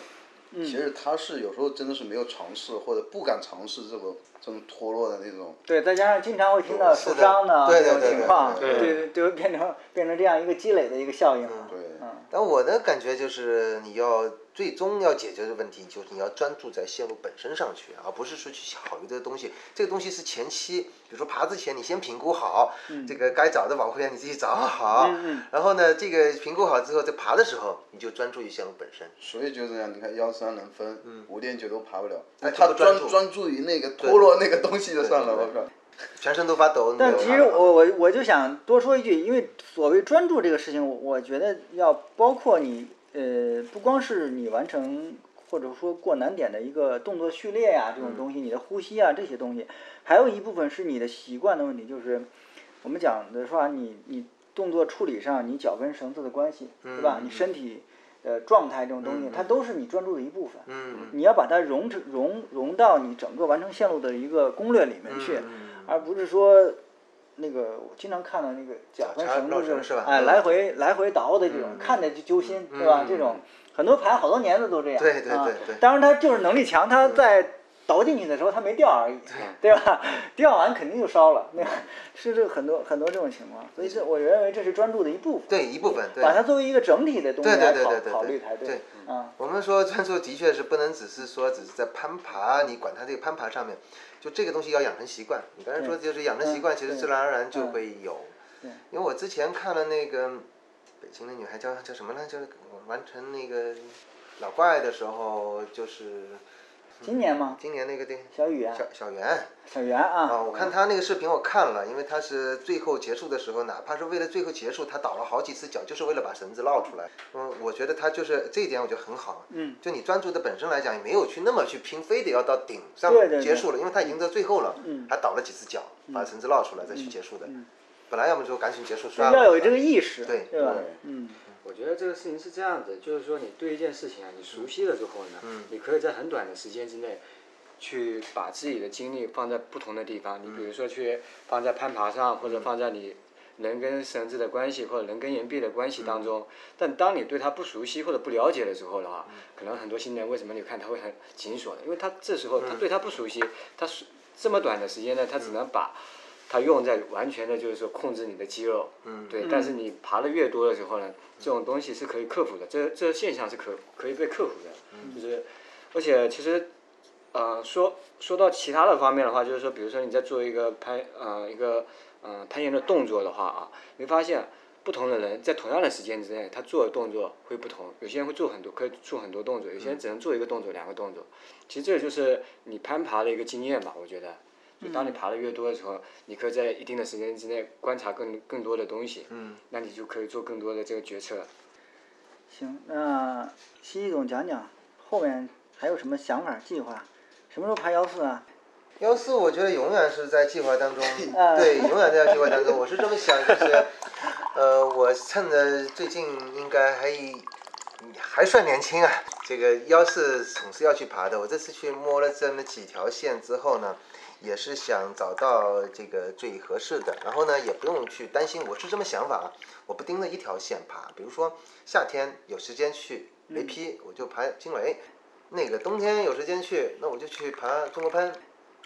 Speaker 3: 其实他是有时候真的是没有尝试或者不敢尝试这个这种脱落的那种，
Speaker 2: 对，再加上经常会听到受
Speaker 4: 是的
Speaker 2: 伤的
Speaker 4: 对
Speaker 2: 这种
Speaker 4: 对对
Speaker 2: 情
Speaker 4: 对
Speaker 2: 况，
Speaker 3: 对
Speaker 2: 对，就会变成变成这样一个积累的一个效应啊。
Speaker 3: 对，
Speaker 2: 嗯，
Speaker 4: 但我的感觉就是，你要最终要解决的问题，就是你要专注在线路本身上去，而不是说去考虑这个东西。这个东西是前期，比如说爬之前，你先评估好，这个该找的保护员你自己找好，
Speaker 2: 嗯嗯嗯
Speaker 4: 然后呢，这个评估好之后，在爬的时候，你就专注于线路本身。
Speaker 3: 所以就这样，你看幺三能分，五点九都爬不了，
Speaker 4: 哎
Speaker 3: 他
Speaker 4: 他嗯不专
Speaker 3: 专
Speaker 4: 注
Speaker 3: 专注于那个脱落那个东西就算了，
Speaker 4: 对
Speaker 3: 我
Speaker 4: 对对
Speaker 3: 靠，
Speaker 4: 全身都发抖。你
Speaker 2: 但
Speaker 4: 都
Speaker 2: 其
Speaker 4: 爬
Speaker 2: 实
Speaker 4: 不好
Speaker 2: 我我我就想多说一句，因为所谓专注这个事情，我我觉得要包括你呃，不光是你完成或者说过难点的一个动作序列呀、这种东西，你的呼吸啊这些东西，还有一部分是你的习惯的问题，就是我们讲的说啊你你动作处理上，你脚跟绳子的关系，对吧？
Speaker 4: 嗯
Speaker 2: 你身体呃状态这种东西，
Speaker 4: 嗯
Speaker 2: 它都是你专注的一部分。
Speaker 4: 嗯，
Speaker 2: 你要把它融成融融到你整个完成线路的一个攻略里面
Speaker 4: 嗯
Speaker 2: 去，而不是说那个我经常看到那个脚跟
Speaker 4: 插
Speaker 2: 绳
Speaker 4: 绕
Speaker 2: 子
Speaker 4: 绳是吧
Speaker 2: 哎
Speaker 4: 嗯
Speaker 2: 来回来回倒的这种，看着就揪心，对吧？
Speaker 4: 嗯
Speaker 2: 这种很多盘好多年的都这样。
Speaker 4: 对对
Speaker 2: 啊
Speaker 4: 对对
Speaker 2: 当然他就是能力强，他在倒进去的时候他没掉而已，对吧？ (laughs) 掉完肯定就烧了， (laughs) 那个是这很多很多这种情况，所以这我认为这是专注的一部分，
Speaker 4: 嗯对一部分，对
Speaker 2: 把它作为一个整体的东西
Speaker 4: 对对
Speaker 2: 来
Speaker 4: 对
Speaker 2: 考
Speaker 4: 对对
Speaker 2: 考
Speaker 4: 对
Speaker 2: 虑才
Speaker 4: 对
Speaker 2: 啊，
Speaker 4: 我们说专注的确是不能只是说只是在攀爬，你管它这个攀爬上面，就这个东西要养成习惯。你刚才说就是养成习
Speaker 2: 嗯
Speaker 4: 惯，其实
Speaker 2: 对
Speaker 4: 自然而然就会有
Speaker 2: 对。
Speaker 4: 因为我之前看了那个北京的女孩叫叫什么呢？就是完成那个老怪的时候，就是
Speaker 2: 今年吗？
Speaker 4: 今年那个对
Speaker 2: 小雨啊，
Speaker 4: 小小圆。
Speaker 2: 小袁啊，
Speaker 4: 啊，我看他那个视频，我看了，因为他是最后结束的时候，哪怕是为了最后结束，他倒了好几次脚，就是为了把绳子绕出来。嗯，我觉得他就是这一点，我觉得很好。
Speaker 2: 嗯，
Speaker 4: 就你专注的本身来讲，也没有去那么去拼，非得要到顶上
Speaker 2: 对对对
Speaker 4: 结束了，因为他已经到最后了，
Speaker 2: 嗯
Speaker 4: 他倒了几次脚，把绳子绕出来再去结束的。
Speaker 2: 嗯
Speaker 4: 本来要么就赶紧结束算了。
Speaker 2: 要有这个意识，
Speaker 4: 对
Speaker 2: 对吧
Speaker 3: 对？
Speaker 2: 嗯，
Speaker 5: 我觉得这个事情是这样子，就是说你对一件事情啊，你熟悉了之后呢，你可以在很短的时间之内，去把自己的精力放在不同的地方。你比如说去放在攀爬上，或者放在你人跟绳子的关系，或者人跟岩壁的关系当中。但当你对它不熟悉或者不了解的时候的话，可能很多新人为什么你看他会很紧锁的，因为他这时候他对他不熟悉，他是这么短的时间内，他只能把。它用在完全的，就是说控制你的肌肉，嗯，对。但是你爬的越多的时候呢，这种东西是可以克服的，这这现象是可可以被克服的，就是，而且其实，呃，说说到其他的方面的话，就是说，比如说你在做一个攀呃一个呃攀岩的动作的话啊，你会发现不同的人在同样的时间之内，他做的动作会不同，有些人会做很多，可以做很多动作，有些人只能做一个动作、两个动作。其实这就是你攀爬的一个经验吧，我觉得。就当你爬的越多的时候，你可以在一定的时间之内观察更更多的东西，嗯，那你就可以做更多的这个决策。
Speaker 2: 行，那西西总讲讲后面还有什么想法、计划？什么时候爬幺四啊？
Speaker 4: 幺四，我觉得永远是在计划当中
Speaker 2: 啊，
Speaker 4: 对，永远在计划当中。我是这么想，
Speaker 2: (laughs)
Speaker 4: 就是，呃，我趁着最近应该还还算年轻啊，这个幺四总是要去爬的。我这次去摸了这么几条线之后呢，也是想找到这个最合适的，然后呢，也不用去担心。我是这么想法啊，我不盯着一条线爬，比如说夏天有时间去雷劈，我就爬惊雷。那个冬天有时间去，那我就去爬中国攀，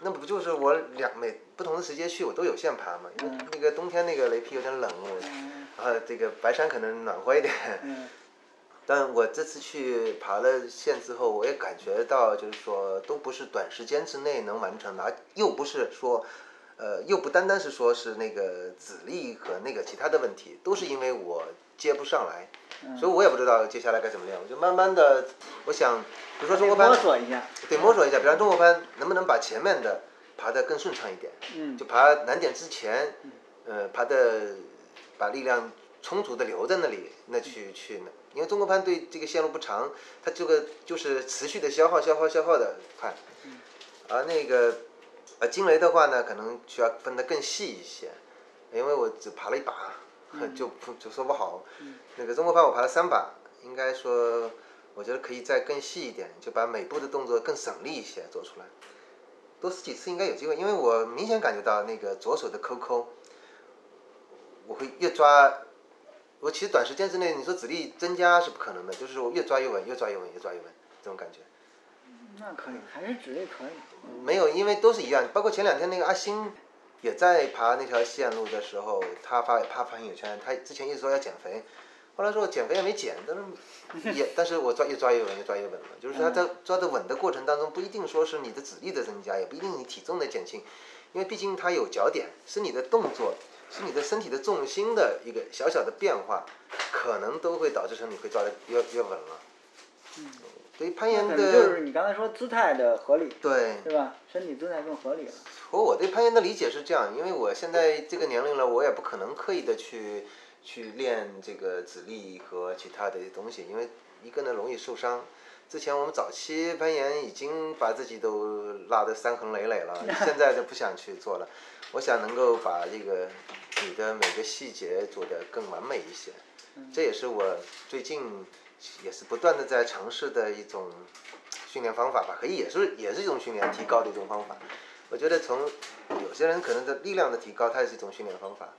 Speaker 4: 那不就是我两每不同的时间去我都有限爬嘛？因为那个冬天那个雷劈有点冷，我然后这个白山可能暖和一点。
Speaker 2: 嗯
Speaker 4: (laughs) 但我这次去爬了线之后，我也感觉到，就是说都不是短时间之内能完成的，而又不是说，呃，又不单单是说是那个子力和那个其他的问题，都是因为我接不上来，
Speaker 2: 嗯
Speaker 4: 所以我也不知道接下来该怎么练。我就慢慢的，我想，比如说中国
Speaker 2: 哎摸
Speaker 4: 攀，
Speaker 2: 索一下。
Speaker 4: 对，摸索一下，比方中国攀能不能把前面的爬得更顺畅一点，
Speaker 2: 嗯
Speaker 4: 就爬难点之前，呃，爬的把力量充足的留在那里，那去去呢？因为中国攀对这个线路不长，它这个就是持续的消耗、消耗、消耗的快。而那个呃惊雷的话呢，可能需要分得更细一些，因为我只爬了一把， (laughs) 就不就说不好。那个中国攀我爬了三把，应该说我觉得可以再更细一点，就把每步的动作更省力一些做出来。多试几次应该有机会，因为我明显感觉到那个左手的抠抠，我会越抓。我其实短时间之内，你说指力增加是不可能的，就是我越抓越稳，越抓越稳，越抓越稳，这种感觉。
Speaker 2: 那可以，还是指力可以。
Speaker 4: 没有，因为都是一样。包括前两天那个阿星也在爬那条线路的时候，他发他发朋友圈，他之前一直说要减肥，后来说我减肥也没减，但是 (laughs) 也但是我抓越抓越稳，越抓越稳了。就是他在抓得稳的过程当中，不一定说是你的指力的增加，也不一定你体重的减轻，因为毕竟它有脚点，是你的动作，是你的身体的重心的一个小小的变化，可能都会导致成你会抓得越越稳了。嗯，对于攀岩
Speaker 2: 可
Speaker 4: 的，
Speaker 2: 能就是你刚才说姿态的合理，
Speaker 4: 对，
Speaker 2: 对吧？身体姿态更合理了。
Speaker 4: 和我对攀岩的理解是这样，因为我现在这个年龄了，我也不可能刻意的去去练这个指力和其他的东西，因为一个呢容易受伤。之前我们早期攀岩已经把自己都拉得伤痕累累了，现在就不想去做了。我想能够把这个你的每个细节做得更完美一些，这也是我最近也是不断的在尝试的一种训练方法吧，可以也是也是一种训练提高的一种方法。我觉得从有些人可能的力量的提高，它也是一种训练方法。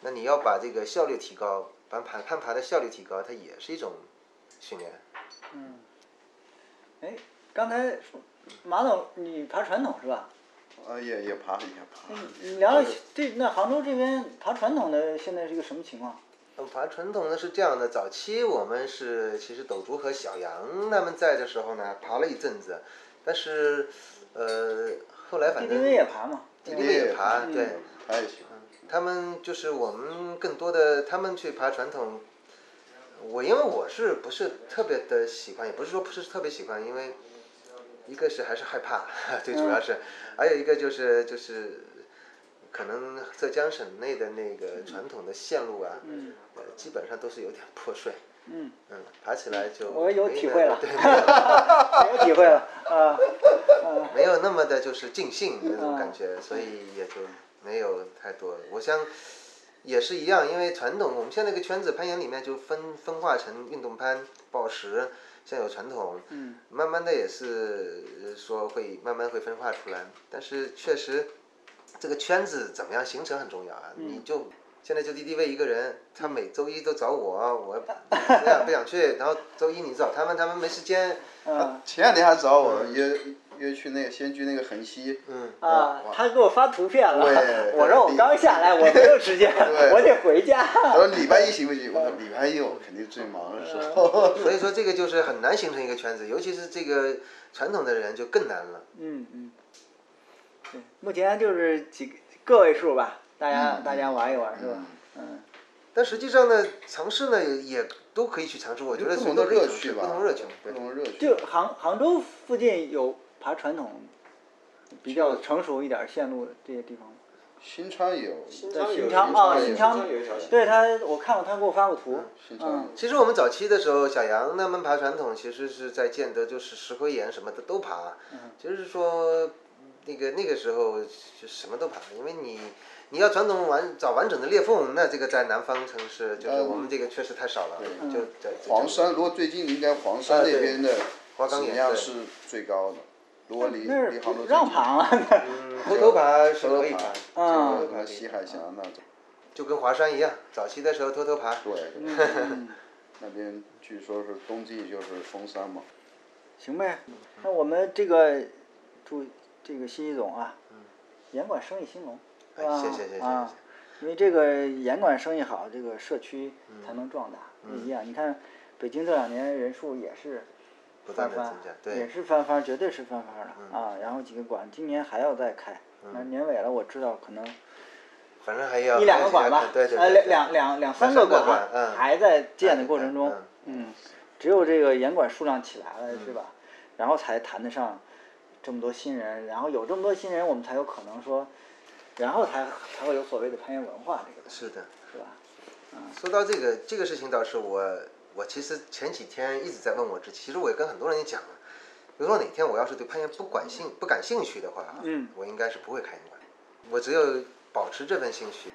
Speaker 4: 那你要把这个效率提高，把攀攀爬的效率提高，它也是一种训练。
Speaker 2: 嗯，哎，刚才说马总，你爬传统是吧？
Speaker 3: (laughs) 啊，也也爬也爬。
Speaker 2: 你聊聊这那杭州这边爬传统的现在是个什么情况？
Speaker 4: 嗯，爬传统呢是这样的，早期我们是其实斗竹和小杨他们在的时候呢，爬了一阵子，但是呃后来
Speaker 2: 地
Speaker 4: 反
Speaker 2: 地
Speaker 4: 正
Speaker 2: 威也爬嘛，对
Speaker 4: 地
Speaker 2: 吧
Speaker 4: 地威也爬，对。
Speaker 3: 他也喜欢。
Speaker 4: 他们就是我们更多的，他们去爬传统。我因为我是不是特别的喜欢，也不是说不是特别喜欢，因为一个是还是害怕， (laughs) 最主要
Speaker 2: 嗯
Speaker 4: 是，还有一个就是就是可能浙江省内的那个传统的线路啊，呃，基本上都是有点破碎，
Speaker 2: 嗯，
Speaker 4: 嗯，爬起来就
Speaker 2: 我有
Speaker 4: 没
Speaker 2: 体
Speaker 4: 那
Speaker 2: 会了
Speaker 4: 对，
Speaker 2: 没 (laughs)
Speaker 4: (laughs) 没有
Speaker 2: 有体会了啊。
Speaker 4: 没有那么的就是尽兴那种感
Speaker 2: 嗯
Speaker 4: 觉，所以也就没有太多。我想也是一样，因为传统我们现在这个圈子攀岩里面就分分化成运动攀、暴石，现在有传统，
Speaker 2: 嗯，
Speaker 4: 慢慢的也是呃说会慢慢会分化出来，但是确实这个圈子怎么样形成很重要啊，
Speaker 2: 嗯
Speaker 4: 你就。现在就弟弟为一个人，他每周一都找
Speaker 2: (laughs)
Speaker 4: 我，我不想不想去，然后周一你找他们，他们没时间，
Speaker 2: 嗯
Speaker 3: 前两天还找我约约去那个仙居那个横溪，
Speaker 4: 嗯，
Speaker 2: 啊
Speaker 3: 哇，
Speaker 2: 他给我发图片了
Speaker 3: 对，
Speaker 2: (laughs) 我说我刚下来，我没有时间，
Speaker 3: 对
Speaker 2: 我得回家。
Speaker 3: 他说礼拜一行不行？我说礼拜一我肯定最忙的时
Speaker 2: 嗯
Speaker 3: (laughs) 候。
Speaker 4: 所以说这个就是很难形成一个圈子，尤其是这个传统的人就更难了。
Speaker 2: 嗯嗯，对，目前就是几个个位数吧，大家大家玩一玩是吧？嗯，
Speaker 4: 但实际上呢，尝试呢也也都可以去尝试，我觉得
Speaker 3: 不
Speaker 4: 谁
Speaker 3: 同
Speaker 4: 都
Speaker 3: 的
Speaker 4: 可以
Speaker 3: 乐
Speaker 4: 尝
Speaker 3: 趣
Speaker 4: 试，
Speaker 3: 吧，
Speaker 4: 不同热情，
Speaker 3: 不
Speaker 4: 对。
Speaker 3: 同的乐趣。
Speaker 2: 就杭杭州附近有爬传统比较成熟一点儿线路的这些地方吗？
Speaker 3: 新昌有，
Speaker 2: 对，
Speaker 5: 有
Speaker 2: 新昌
Speaker 5: 新
Speaker 2: 啊，
Speaker 5: 昌有
Speaker 2: 新
Speaker 5: 新昌有一条线嗯
Speaker 2: 对他，我看过他给我发过图。嗯
Speaker 3: 新昌有。
Speaker 4: 其实我们早期的时候，小杨他们爬传统，其实是在建德，就是石灰岩什么的都爬，
Speaker 3: 嗯
Speaker 4: 就是说那个那个时候就什么都爬，因为你你要传统完找完整的裂缝，那这个在南方城市就是我们这个确实太少了，就在
Speaker 3: 嗯黄山，如果最近应该黄山那边的
Speaker 4: 岗
Speaker 3: 质
Speaker 4: 岩
Speaker 3: 量
Speaker 4: 啊对
Speaker 3: 是最高的。如果离
Speaker 2: 那儿
Speaker 3: 离杭州
Speaker 2: 不
Speaker 3: 最
Speaker 2: 让
Speaker 3: 近
Speaker 2: 爬了， (laughs)
Speaker 4: 嗯，头头爬是可以爬，
Speaker 2: 嗯
Speaker 4: 这个头头
Speaker 3: 和
Speaker 4: 爬是可以
Speaker 3: 西海峡那种，
Speaker 4: 就跟华山一样，早期的时候偷偷爬。
Speaker 3: 对，
Speaker 2: 嗯
Speaker 3: 那边据说是冬季就是封山嘛。
Speaker 2: 行呗。那我们这个祝这个西西总啊，
Speaker 5: 嗯
Speaker 2: 严管生意兴隆，是
Speaker 5: 哎
Speaker 2: 吧？
Speaker 4: 谢谢谢谢谢谢
Speaker 2: 啊，因为这个严管生意好，这个社区
Speaker 5: 嗯
Speaker 2: 才能壮大，不一样。你看北京这两年人数也是
Speaker 4: 不
Speaker 2: 翻
Speaker 4: 断的增
Speaker 2: 番
Speaker 4: 加，，
Speaker 2: 也
Speaker 4: 对，嗯
Speaker 2: 是翻番，绝对是翻番了、啊。然后几个馆今年还要再开，那年尾了，我知道可能。
Speaker 4: 反正还要
Speaker 2: 一两个馆吧，
Speaker 4: 对对对，
Speaker 2: 呃，
Speaker 4: 对
Speaker 2: 两两两两三
Speaker 4: 两三
Speaker 2: 个
Speaker 4: 个
Speaker 2: 馆
Speaker 4: 馆嗯
Speaker 2: 还在建的过程中
Speaker 4: 嗯，
Speaker 2: 嗯，只有这个严管数量起来了，是吧？然后才谈得上这么多新人，然后有这么多新人，我们才有可能说，然后才才会有所谓的攀岩文化这个东西，
Speaker 4: 是的。
Speaker 2: 是吧？
Speaker 4: 说到这个这个事情，倒是我我其实前几天一直在问我自己，其实我也跟很多人讲了，比如说哪天我要是对攀岩不感兴不感兴趣的话啊，
Speaker 2: 嗯
Speaker 4: 我应该是不会开岩馆，我只有保持这份兴趣，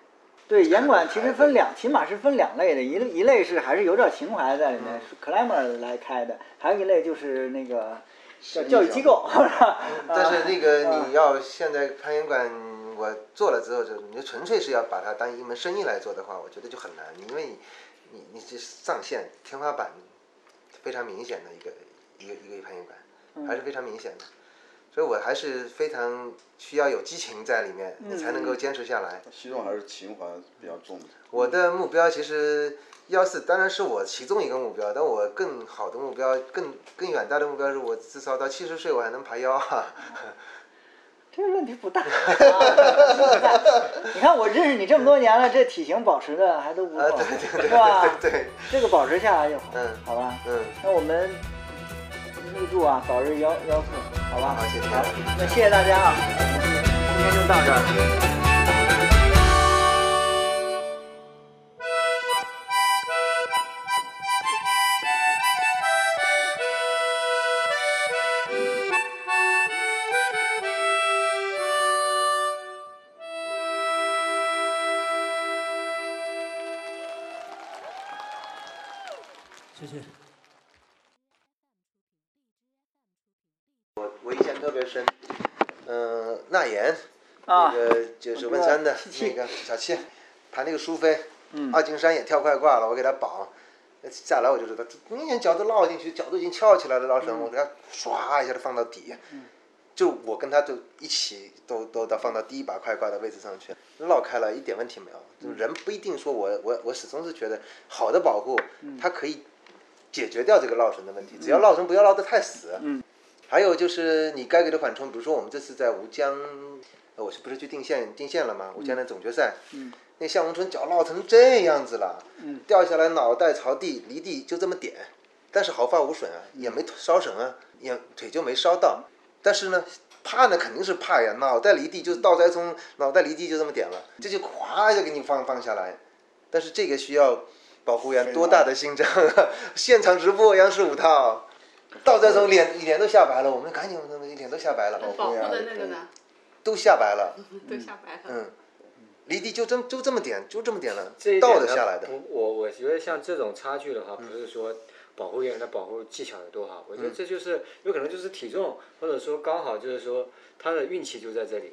Speaker 2: 对，严管其实分两，起码是分两类的，一一类是还是有点情怀在里
Speaker 4: 嗯
Speaker 2: 面，是 climber 来开的，还有一类就是那个叫教育机构，
Speaker 4: (laughs) 但是那个你要现在攀岩馆，我做了之后就，你就纯粹是要把它当一门生意来做的话，我觉得就很难，因为你你你这上限天花板非常明显的一个一个一个攀岩馆，还是非常明显的。所以我还是非常需要有激情在里面，你才能够坚持下来。
Speaker 3: 西总还是情怀比较重的。
Speaker 4: 我的目标其实幺四当然是我其中一个目标，但我更好的目标、更更远大的目标是我至少到七十岁我还能爬幺 (laughs) 哈。
Speaker 2: 这个问题
Speaker 4: (laughs)
Speaker 2: 不大。你看我认识你这么多年了，这体型保持的还都不错，是吧？
Speaker 4: 啊对对
Speaker 2: 这个保持下来就好，
Speaker 4: 嗯
Speaker 2: 好吧？
Speaker 4: 嗯，
Speaker 2: 那我们预祝啊早日幺幺四，好吧？
Speaker 4: 好谢谢
Speaker 2: 好，那谢谢大家啊，今天就到这儿。
Speaker 4: 我我印象特别深，嗯、那言，
Speaker 2: 啊
Speaker 4: 那个就是汶川的
Speaker 2: 我知道
Speaker 4: 那个小七，他那个苏菲，
Speaker 2: 嗯
Speaker 4: 二进山也跳快挂了，我给他绑，那下来我就知道，明显脚都落进去，脚都已经翘起来了，捞
Speaker 2: 嗯
Speaker 4: 绳，我给他唰一下就放到底，就我跟他就一起都都到放到第一把快挂的位置上去，绕开了一点问题没有。
Speaker 2: 嗯
Speaker 4: 就人不一定说我我我始终是觉得好的保护，
Speaker 2: 嗯
Speaker 4: 它可以解决掉这个绕绳的问题，只要绕绳不要绕得太死。
Speaker 2: 嗯。
Speaker 4: 还有就是你该给的缓冲，比如说我们这次在吴江，呃我是不是去定县定县了吗？吴江的总决赛，
Speaker 2: 嗯
Speaker 4: 那向红春脚落成这样子了，
Speaker 2: 嗯
Speaker 4: 掉下来脑袋朝地，离地就这么点，但是毫发无损啊，
Speaker 2: 嗯
Speaker 4: 也没烧绳啊，也腿就没烧到。但是呢，怕呢肯定是怕呀，脑袋离地就是倒栽葱，脑袋离地就这么点了，这就咵一下给你放放下来。但是这个需要保护员多大的心脏啊！ (laughs) 现场直播央视五套，倒栽葱脸脸都吓白了，我们赶紧我们脸都吓白了，
Speaker 6: 保护的那个呢，
Speaker 4: 都吓白了，
Speaker 6: 都吓白了。
Speaker 4: 嗯，离地就这么就这么点，就这么点了
Speaker 5: 这一，点
Speaker 4: 倒
Speaker 5: 呢嗯
Speaker 4: 着下来的。
Speaker 5: 不我我觉得像这种差距的话，不是说保护员的保护技巧有多好，我觉得这就是有可能就是体重，或者说刚好就是说他的运气就在这里。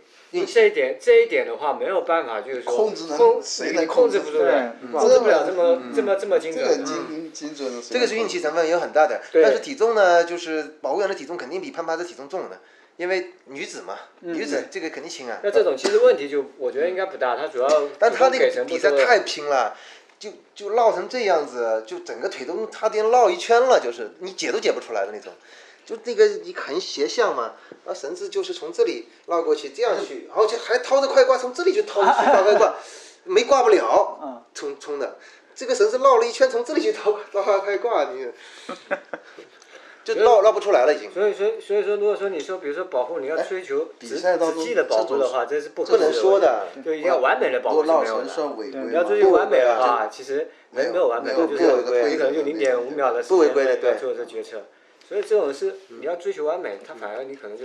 Speaker 5: 这一点这一点的话没有办法，就是说
Speaker 3: 控制能
Speaker 5: 控
Speaker 3: 谁
Speaker 5: 你
Speaker 3: 能
Speaker 5: 你控
Speaker 3: 控
Speaker 5: 制
Speaker 3: 制
Speaker 5: 不
Speaker 3: 住
Speaker 5: 住的，
Speaker 2: 对
Speaker 5: 控制不了这么
Speaker 3: 嗯
Speaker 5: 这么这么精
Speaker 3: 这
Speaker 5: 准
Speaker 3: 个很
Speaker 5: 的。
Speaker 3: 精精准的，
Speaker 4: 这
Speaker 3: 这
Speaker 4: 个是运气成分有很大的，但是体重呢，就是保护员的体重肯定比攀爬的体重重的，因为女子嘛，
Speaker 5: 嗯
Speaker 4: 女子这个肯定轻啊。
Speaker 5: 那这种其实问题就我觉得应该不大，他主要
Speaker 3: 嗯
Speaker 4: 但他那
Speaker 5: 给
Speaker 4: 个
Speaker 5: 程
Speaker 4: 比
Speaker 5: 不
Speaker 4: 赛
Speaker 5: 多的
Speaker 4: 太拼了，就就绕成这样子，就整个腿都差点绕一圈了，就是你解都解不出来的那种。就那个你很斜向嘛，然后绳子就是从这里绕过去，这样去，然后就还掏着快挂，从这里就掏出去挂快挂，没挂不
Speaker 5: (laughs) 嗯
Speaker 4: 了，冲冲的，这个绳子绕了一圈，从这里去掏 (laughs) 捞快挂，你 (laughs) 就绕绕不出来了已经。
Speaker 5: 所以说，所以说，如果说你说，比如说保护，你要追求
Speaker 3: 哎比
Speaker 5: 直
Speaker 3: 赛当
Speaker 5: 直
Speaker 3: 中
Speaker 5: 际的保护的话，
Speaker 3: 这
Speaker 5: 这是不
Speaker 4: 不
Speaker 5: 可
Speaker 4: 能说的
Speaker 5: 就一定要完美的保护是
Speaker 3: 嗯落
Speaker 5: 没有
Speaker 3: 成
Speaker 5: 的
Speaker 3: 算。违规
Speaker 5: 你
Speaker 3: 吗？
Speaker 5: 要追求完美的
Speaker 4: 不
Speaker 5: 话，其实没
Speaker 3: 有
Speaker 5: 没有完美
Speaker 3: 没
Speaker 5: 的，
Speaker 3: 有
Speaker 5: 就
Speaker 3: 没有
Speaker 5: 是
Speaker 3: 一个规
Speaker 5: 违规，你可能
Speaker 3: 则
Speaker 5: 就
Speaker 3: 的
Speaker 5: 零点五秒的时
Speaker 4: 不违
Speaker 5: 间
Speaker 4: 规的
Speaker 5: 内要
Speaker 4: 对
Speaker 5: 做这决策。所以这种是
Speaker 3: 嗯
Speaker 5: 你要追求完美，它反而你可能就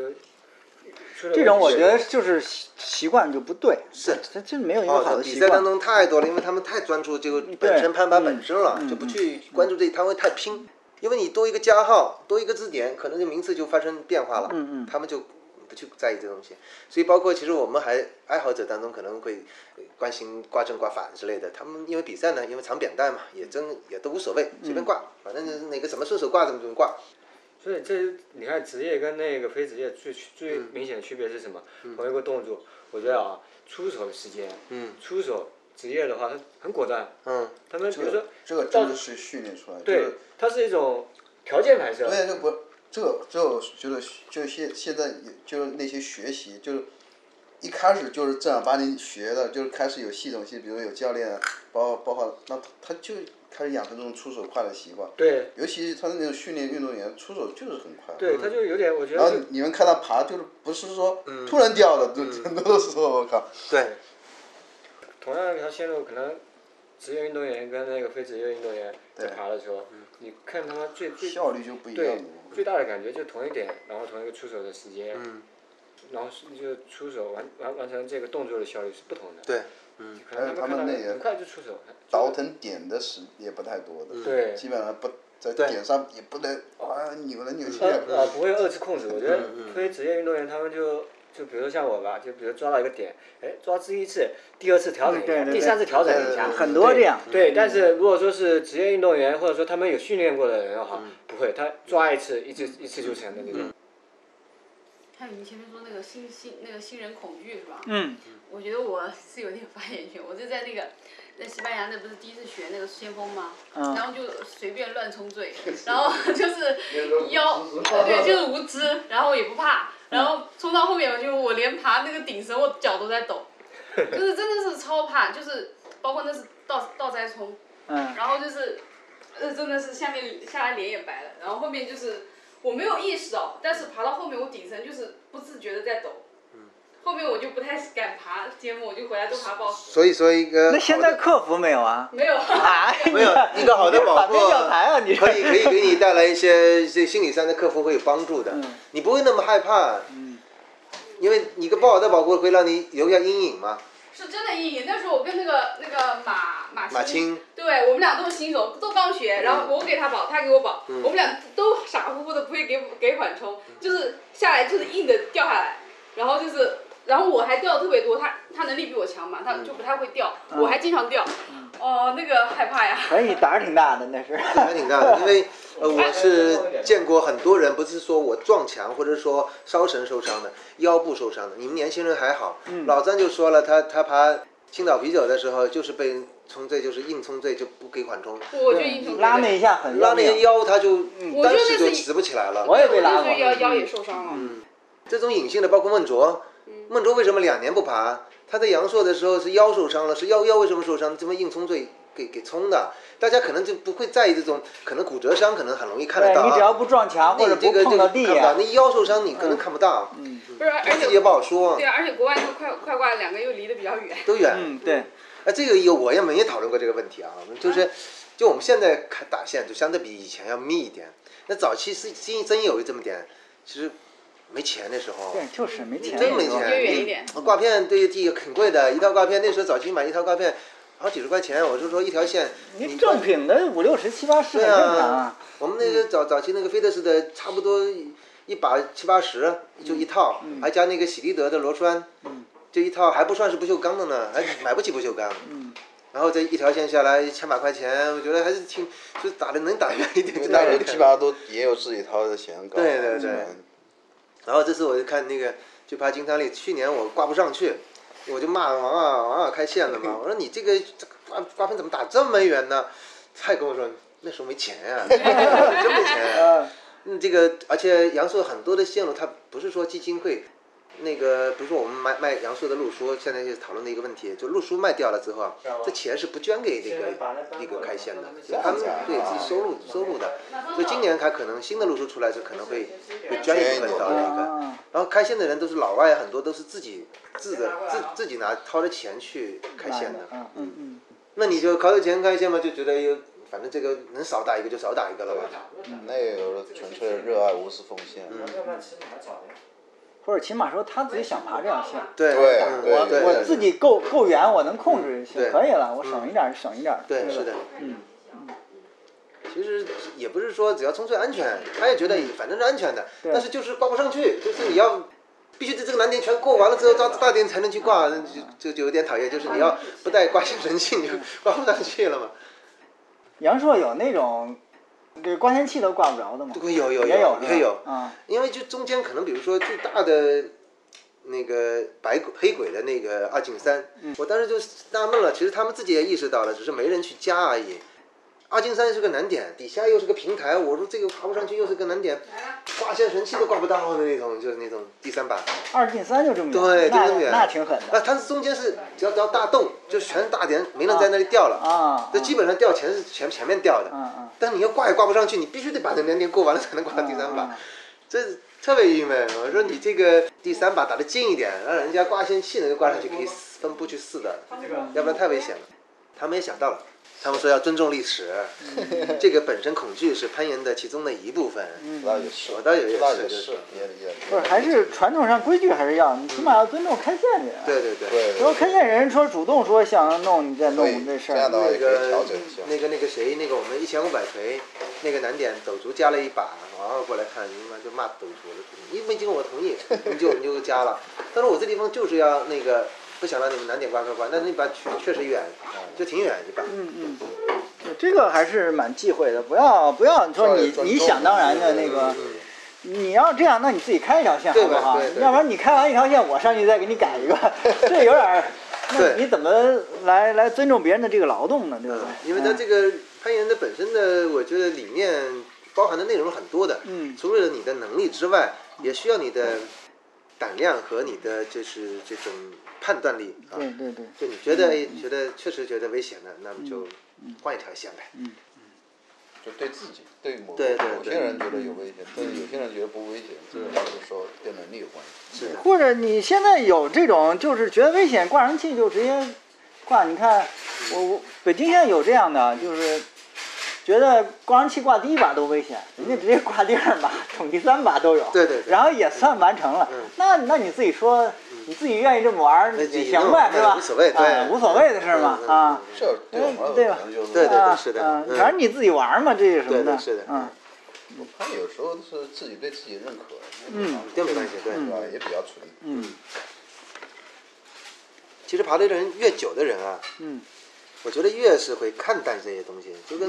Speaker 5: 出了
Speaker 2: 这种
Speaker 5: 问
Speaker 2: 我
Speaker 5: 题
Speaker 2: 觉得就是习习惯就不对，是他真没有一个好的
Speaker 4: 比
Speaker 2: 习
Speaker 4: 赛
Speaker 2: 惯。
Speaker 4: 当中太多了，因为他们太专注这个本身攀爬本身了，
Speaker 2: 嗯
Speaker 4: 就不去关注这，他会太拼。因为你多一个加号，多一个字典，可能这名次就发生变化了。
Speaker 2: 嗯嗯
Speaker 4: 他们就不去在意这东西，所以包括其实我们还爱好者当中可能会呃关心挂正挂反之类的。他们因为比赛呢，因为长扁带嘛，也真也都无所谓，
Speaker 2: 嗯
Speaker 4: 随便挂，反正就是哪个怎么顺手挂怎么怎么挂。
Speaker 5: 所以这你看职业跟那个非职业最最
Speaker 3: 嗯
Speaker 5: 明显的区别是什么？同一个动作，我觉得啊，出手的时间，
Speaker 4: 嗯
Speaker 5: 出手职业的话，它很果断。
Speaker 4: 嗯，
Speaker 5: 他们比如说，
Speaker 3: 这个真的是训练出来的。这
Speaker 5: 对
Speaker 3: 个，
Speaker 5: 它是一种条件反射。
Speaker 3: 对，啊这不，这个这个就是就现现在也就是那些学习，就是一开始就是正儿八经学的，就是开始有系统性，比如有教练，包包括那他他就开始养成这种出手快的习惯。
Speaker 5: 对，
Speaker 3: 尤其他那种训练运动员出手就是很快。
Speaker 5: 对，他就有点，我
Speaker 3: 嗯
Speaker 5: 觉
Speaker 3: 然
Speaker 5: 得嗯
Speaker 3: 后
Speaker 5: 就
Speaker 3: 你们看他爬，就是不是说突然掉的，就很多时候我靠，
Speaker 4: 对，
Speaker 5: 同样一条线路，可能职业运动员跟那个非职业运动员在爬的时候，
Speaker 3: 嗯
Speaker 5: 你看他们最最
Speaker 3: 效率就不一样
Speaker 5: 对
Speaker 3: 了。
Speaker 5: 最大的感觉就同一点，然后同一个出手的时间，
Speaker 3: 嗯
Speaker 5: 然后是就出手完完完成这个动作的效率是不同的。
Speaker 4: 对，
Speaker 5: 嗯，可能
Speaker 3: 还有他
Speaker 5: 们看
Speaker 3: 们
Speaker 5: 到
Speaker 3: 那个
Speaker 5: 很快就出手，
Speaker 4: 嗯
Speaker 3: 倒腾点的时也不太多的，
Speaker 5: 对
Speaker 3: 基本上不在点上也不能啊扭来扭去
Speaker 5: 呃
Speaker 3: 也不
Speaker 4: 嗯
Speaker 5: 呃不会遏制控制，我觉得非职业运动员他们就就比如说像我吧，就比如抓到一个点，哎，抓第一次、第二次调整一
Speaker 2: 对
Speaker 5: 下，
Speaker 2: 对对
Speaker 5: 第三次调整一
Speaker 2: 对
Speaker 5: 下，
Speaker 2: 对对很多这样
Speaker 4: 嗯
Speaker 5: 对。对，但是如果说是职业运动员，或者说他们有训练过的人的话，
Speaker 4: 嗯
Speaker 5: 不会，他抓一次，一次一次就成的那种。
Speaker 6: 还有你前面说那个新新那个新人恐惧是吧？
Speaker 2: 嗯，
Speaker 6: 我觉得我是有点发言权，我就在那个在西班牙那不是第一次学那个先锋吗？
Speaker 2: 嗯
Speaker 6: 然后就随便乱冲醉，然后就是腰，对，就是无知，然后也不怕，然后冲到后面我就我连爬那个顶绳我脚都在
Speaker 2: (laughs)
Speaker 6: 抖，就是真的是超怕，就是包括那是倒倒栽冲，
Speaker 2: 嗯，
Speaker 6: 然后就是，呃，真的是下面下来脸也白了，然后后面就是我没有意识到，但
Speaker 2: 嗯
Speaker 6: 是爬到后面我顶层就是不自觉的在抖，后面我就不太敢爬节目，我就回来都爬抱石，
Speaker 4: 所以说一个
Speaker 2: 那现
Speaker 4: 好的
Speaker 2: 在克服没有啊？
Speaker 6: 没有，
Speaker 2: 哎呀，
Speaker 4: 没有一个好的保
Speaker 2: 反
Speaker 4: 护
Speaker 2: 面教材啊，你这
Speaker 4: (laughs) 可以可以给你带来一些这心理上的克服会有帮助
Speaker 6: 嗯
Speaker 4: 的，你不会那么害怕，因为你一个不好的保护会让你留下阴影嘛。
Speaker 6: 是真的阴影。那时候我跟那个那个马马
Speaker 4: 马青
Speaker 6: 对我们俩都是新手，都刚
Speaker 2: 嗯
Speaker 6: 学，然后我给他保，他给我保，我们俩都傻乎乎的，不会给给缓冲，
Speaker 2: 嗯
Speaker 6: 就是下来就是硬的掉下来，然后就是，然后我还掉的特别多，他他能力比我强嘛，他就不太会掉，
Speaker 2: 嗯
Speaker 6: 我还经常掉，哦，那个害怕呀。
Speaker 2: 反正你胆儿挺大的，那是。
Speaker 4: 还挺大的，因为呃我是见过很多人，不是说我撞墙或者说烧绳受伤的，腰部受伤的。你们年轻人还好，
Speaker 6: 嗯
Speaker 4: 老张就说了，他他爬青岛啤酒的时候就是被冲醉，就是硬冲醉就不给缓冲，
Speaker 6: 我就英雄
Speaker 2: 拉那一下很
Speaker 4: 拉
Speaker 2: 要
Speaker 4: 那
Speaker 2: 命
Speaker 4: 个。腰他就
Speaker 6: 嗯我觉
Speaker 4: 当
Speaker 6: 得
Speaker 4: 时
Speaker 6: 是
Speaker 4: 就
Speaker 6: 一
Speaker 4: 直不起来了。
Speaker 2: 我也嗯被拉
Speaker 6: 就
Speaker 2: 过
Speaker 6: 是。腰腰也受伤了，
Speaker 4: 这种隐性的，包括孟卓，孟卓为什么两年不爬？他在阳朔的时候是腰受伤了，是腰腰为什么受伤？这么硬冲最给给冲的，大家可能就不会在意这种，可能骨折伤可能很容易看得
Speaker 2: 对
Speaker 4: 到啊。
Speaker 2: 你只要不撞墙或者
Speaker 4: 这
Speaker 2: 不
Speaker 4: 个这
Speaker 2: 碰
Speaker 4: 个
Speaker 2: 到
Speaker 4: 看不
Speaker 2: 地啊嗯
Speaker 4: 到，
Speaker 2: 呀，
Speaker 4: 那腰受伤你可能看不到，
Speaker 6: 不是，而
Speaker 4: 自己也
Speaker 6: 且
Speaker 4: 不好说
Speaker 6: 对，啊，而且国外那个快快挂两个又离得比较远，
Speaker 4: 都远。
Speaker 2: 嗯，对，
Speaker 4: 哎，这个有我也没也讨论过这个问题啊，我们就是，就我们现在看打线就相对比以前要密一点。那早期是真真有这么点，其实没钱的时候，
Speaker 2: 对，就是没钱。
Speaker 4: 真没
Speaker 6: 离
Speaker 4: 钱，
Speaker 6: 得远一点
Speaker 4: 你挂片对地很贵的，一套挂片那时候早期买一套挂片好几十块钱，我就说一条线，
Speaker 2: 你
Speaker 4: 你
Speaker 2: 正品的五六十七八十很正常啊。
Speaker 4: 我们那个早早期那个菲特斯的，差不多一把七八十就一套，还加那个喜力德的螺栓，就一套还不算是不锈钢的呢，还买不起不锈钢。
Speaker 2: 嗯
Speaker 4: 然后这一条线下来一千把块钱，我觉得还是挺，就是打的能打远
Speaker 2: (laughs)
Speaker 4: 一点
Speaker 3: 因为
Speaker 4: 就
Speaker 3: 那
Speaker 4: 打
Speaker 3: 时
Speaker 4: 远
Speaker 3: 候
Speaker 4: 一
Speaker 3: 基
Speaker 4: 点
Speaker 3: 本。上都也有自己掏的钱搞。
Speaker 4: 对对对
Speaker 3: 嗯
Speaker 4: 然后这次我就看那个就爬金汤力，去年我挂不上去，我就骂王二王啊二开线了嘛，我说你这个这个挂挂分怎么打这么远呢？他还跟我说那时候没钱呀、真没钱、
Speaker 2: 嗯，
Speaker 4: 嗯，这个而且阳朔很多的线路，它不是说基金会，那个不是我们卖卖阳朔的路书，现在就讨论的一个问题，就路书卖掉了之后啊，这钱是不捐给这个
Speaker 5: 嗯
Speaker 4: 那个开线的，就他们对自己
Speaker 5: 啊
Speaker 4: 收入收入的，所以今年它可能新的路书出来就可能会会捐一部分到那个，
Speaker 2: 啊
Speaker 4: 然后开线的人都是老外，很多都是自己自的自自己拿掏着钱去开线的，
Speaker 2: 啊嗯嗯嗯，
Speaker 4: 那你就掏着钱开线嘛，就觉得有反正这个能少打一个就少打一个了吧。
Speaker 5: 嗯
Speaker 3: 那个有的纯粹的热爱，无私奉献。
Speaker 2: 嗯或者起码说他自己想爬这条线。
Speaker 4: 对
Speaker 3: 对
Speaker 4: 嗯
Speaker 3: 对
Speaker 2: 啊我
Speaker 4: 对嗯
Speaker 2: 我自己够够远，我能控制就
Speaker 4: 对
Speaker 2: 可以了，我省一点儿省一点儿。
Speaker 4: 对，
Speaker 2: 吧
Speaker 4: 是的，
Speaker 2: 嗯，
Speaker 4: 其实也不是说只要冲最安全，他也觉得反正是安全的，
Speaker 2: 对
Speaker 4: 但是就是挂不上去，就是你要必须得这个难点全过完了之后，到大点才能去挂，就就就有点讨厌，就是你
Speaker 2: 嗯
Speaker 4: 要不带挂线神器，你就挂不上去了嘛。
Speaker 2: 阳朔有那种，这光纤器都挂不着的吗？
Speaker 4: 对有有
Speaker 2: 也
Speaker 4: 有
Speaker 2: 有
Speaker 4: 也有
Speaker 2: 啊，
Speaker 4: 因为就中间可能比如说最大的那个白鬼黑鬼的那个二进三，
Speaker 2: 嗯
Speaker 4: 我当时就纳闷了，其实他们自己也意识到了，只是没人去加而已。二进三是个难点，底下又是个平台，我说这个爬不上去又是个难点，挂线神器都挂不到的那种，就是那种第三把。
Speaker 2: 二进三就这么远，
Speaker 4: 对，就
Speaker 2: 嗯那
Speaker 4: 这么远，
Speaker 2: 那挺狠
Speaker 4: 那
Speaker 2: 的
Speaker 4: 它是中间是只要只要大洞，就是全是大点，没人在那里掉了。
Speaker 2: 啊。
Speaker 4: 呃这基本上掉钱是前前面掉的，
Speaker 2: 嗯嗯
Speaker 4: 但你要挂也挂不上去，你必须得把那两点过完了才能挂到第三把，
Speaker 2: 嗯嗯
Speaker 4: 这特别郁闷。我说你这个第三把打得近一点，让人家挂线器能够挂上去，可以分步去试的，要不然太危险了。他们也想到了，他们说要尊重历史，这个本身恐惧是攀岩的其中的一部分。
Speaker 3: 那也是，
Speaker 4: 我倒也是
Speaker 3: 那也
Speaker 4: 就是
Speaker 3: 是，也也
Speaker 2: 不是，还是传统上规矩还是要，你起码要尊重开线的人。
Speaker 4: 对对对。
Speaker 3: 对。
Speaker 2: 然后开线人说主动说想弄你再
Speaker 3: 对
Speaker 2: 弄这事
Speaker 3: 这样
Speaker 2: 儿
Speaker 3: 的，话
Speaker 4: 那
Speaker 3: 也可
Speaker 4: 个
Speaker 3: 以调整一下。
Speaker 4: 那个那个谁，那个我们一千五百锤，那个难点斗竹加了一把，然后过来看，你妈就骂斗竹了，你没经过我同意，你就你就加了。但是我这地方就是要那个，不想让你们难点挂挂挂，但是那把确确实远，就挺远一把。
Speaker 2: 嗯嗯，这个还是蛮忌讳的，不要不要，你说你
Speaker 3: 转
Speaker 2: 你
Speaker 3: 动
Speaker 2: 想当然的那个，你要这样，那你自己开一条线好
Speaker 4: 对
Speaker 2: 不
Speaker 4: 吧
Speaker 2: 好
Speaker 4: 对？对
Speaker 2: 要不然你开完一条线，我上去再给你改一
Speaker 4: (laughs)
Speaker 2: 个，这有点儿，那
Speaker 4: 对
Speaker 2: 你怎么来来尊重别人的这个劳动呢？对不嗯对？
Speaker 4: 嗯因为它这个攀岩的本身的，我觉得里面包含的内容是很多的。
Speaker 2: 嗯
Speaker 4: 除了你的能力之外，也需要你的胆量和你的就是这种判断力啊。
Speaker 2: 嗯嗯对对对，
Speaker 4: 就你觉得哎觉得确实觉得危险了，那么就换一条线呗。
Speaker 3: 就对自己，对某
Speaker 4: 对对
Speaker 3: 某些
Speaker 4: 对
Speaker 3: 人觉得有危险，但
Speaker 2: 嗯
Speaker 3: 是有些人觉得不危险，这个就是说跟能力有关系。是
Speaker 2: 或者你现在有这种就是觉得危险挂上去就直接挂，你看我我北京现在有这样的，就是觉得挂上去挂第一把都危险，人家直接挂第二把、捅第三把都有，
Speaker 4: 对对对
Speaker 2: 然后也算完成了。
Speaker 4: 嗯
Speaker 2: 那那你自己说，你自己愿意这么玩儿
Speaker 4: 那
Speaker 2: 也
Speaker 4: 你
Speaker 2: 行
Speaker 4: 弄
Speaker 2: 呗，
Speaker 4: 那
Speaker 2: 是吧？
Speaker 4: 无所谓对
Speaker 2: 啊无所谓的事儿嘛
Speaker 4: 嗯嗯嗯
Speaker 2: 啊。
Speaker 3: 这对我们
Speaker 2: 对吧
Speaker 3: 可能就是
Speaker 4: 对对
Speaker 2: 啊
Speaker 4: 对是的
Speaker 2: 嗯
Speaker 4: 嗯
Speaker 2: 反正你自己玩儿嘛，这是什么
Speaker 4: 对
Speaker 2: 的，
Speaker 4: 对是的
Speaker 2: 嗯，
Speaker 3: 我看有时候是自己对自己认可，
Speaker 2: 嗯
Speaker 3: 啊
Speaker 4: 这没关系对
Speaker 3: 吧？也比较纯。
Speaker 2: 嗯
Speaker 4: 其实爬的人越久的人啊，
Speaker 2: 嗯
Speaker 4: 我觉得越是会看淡这些东西，就跟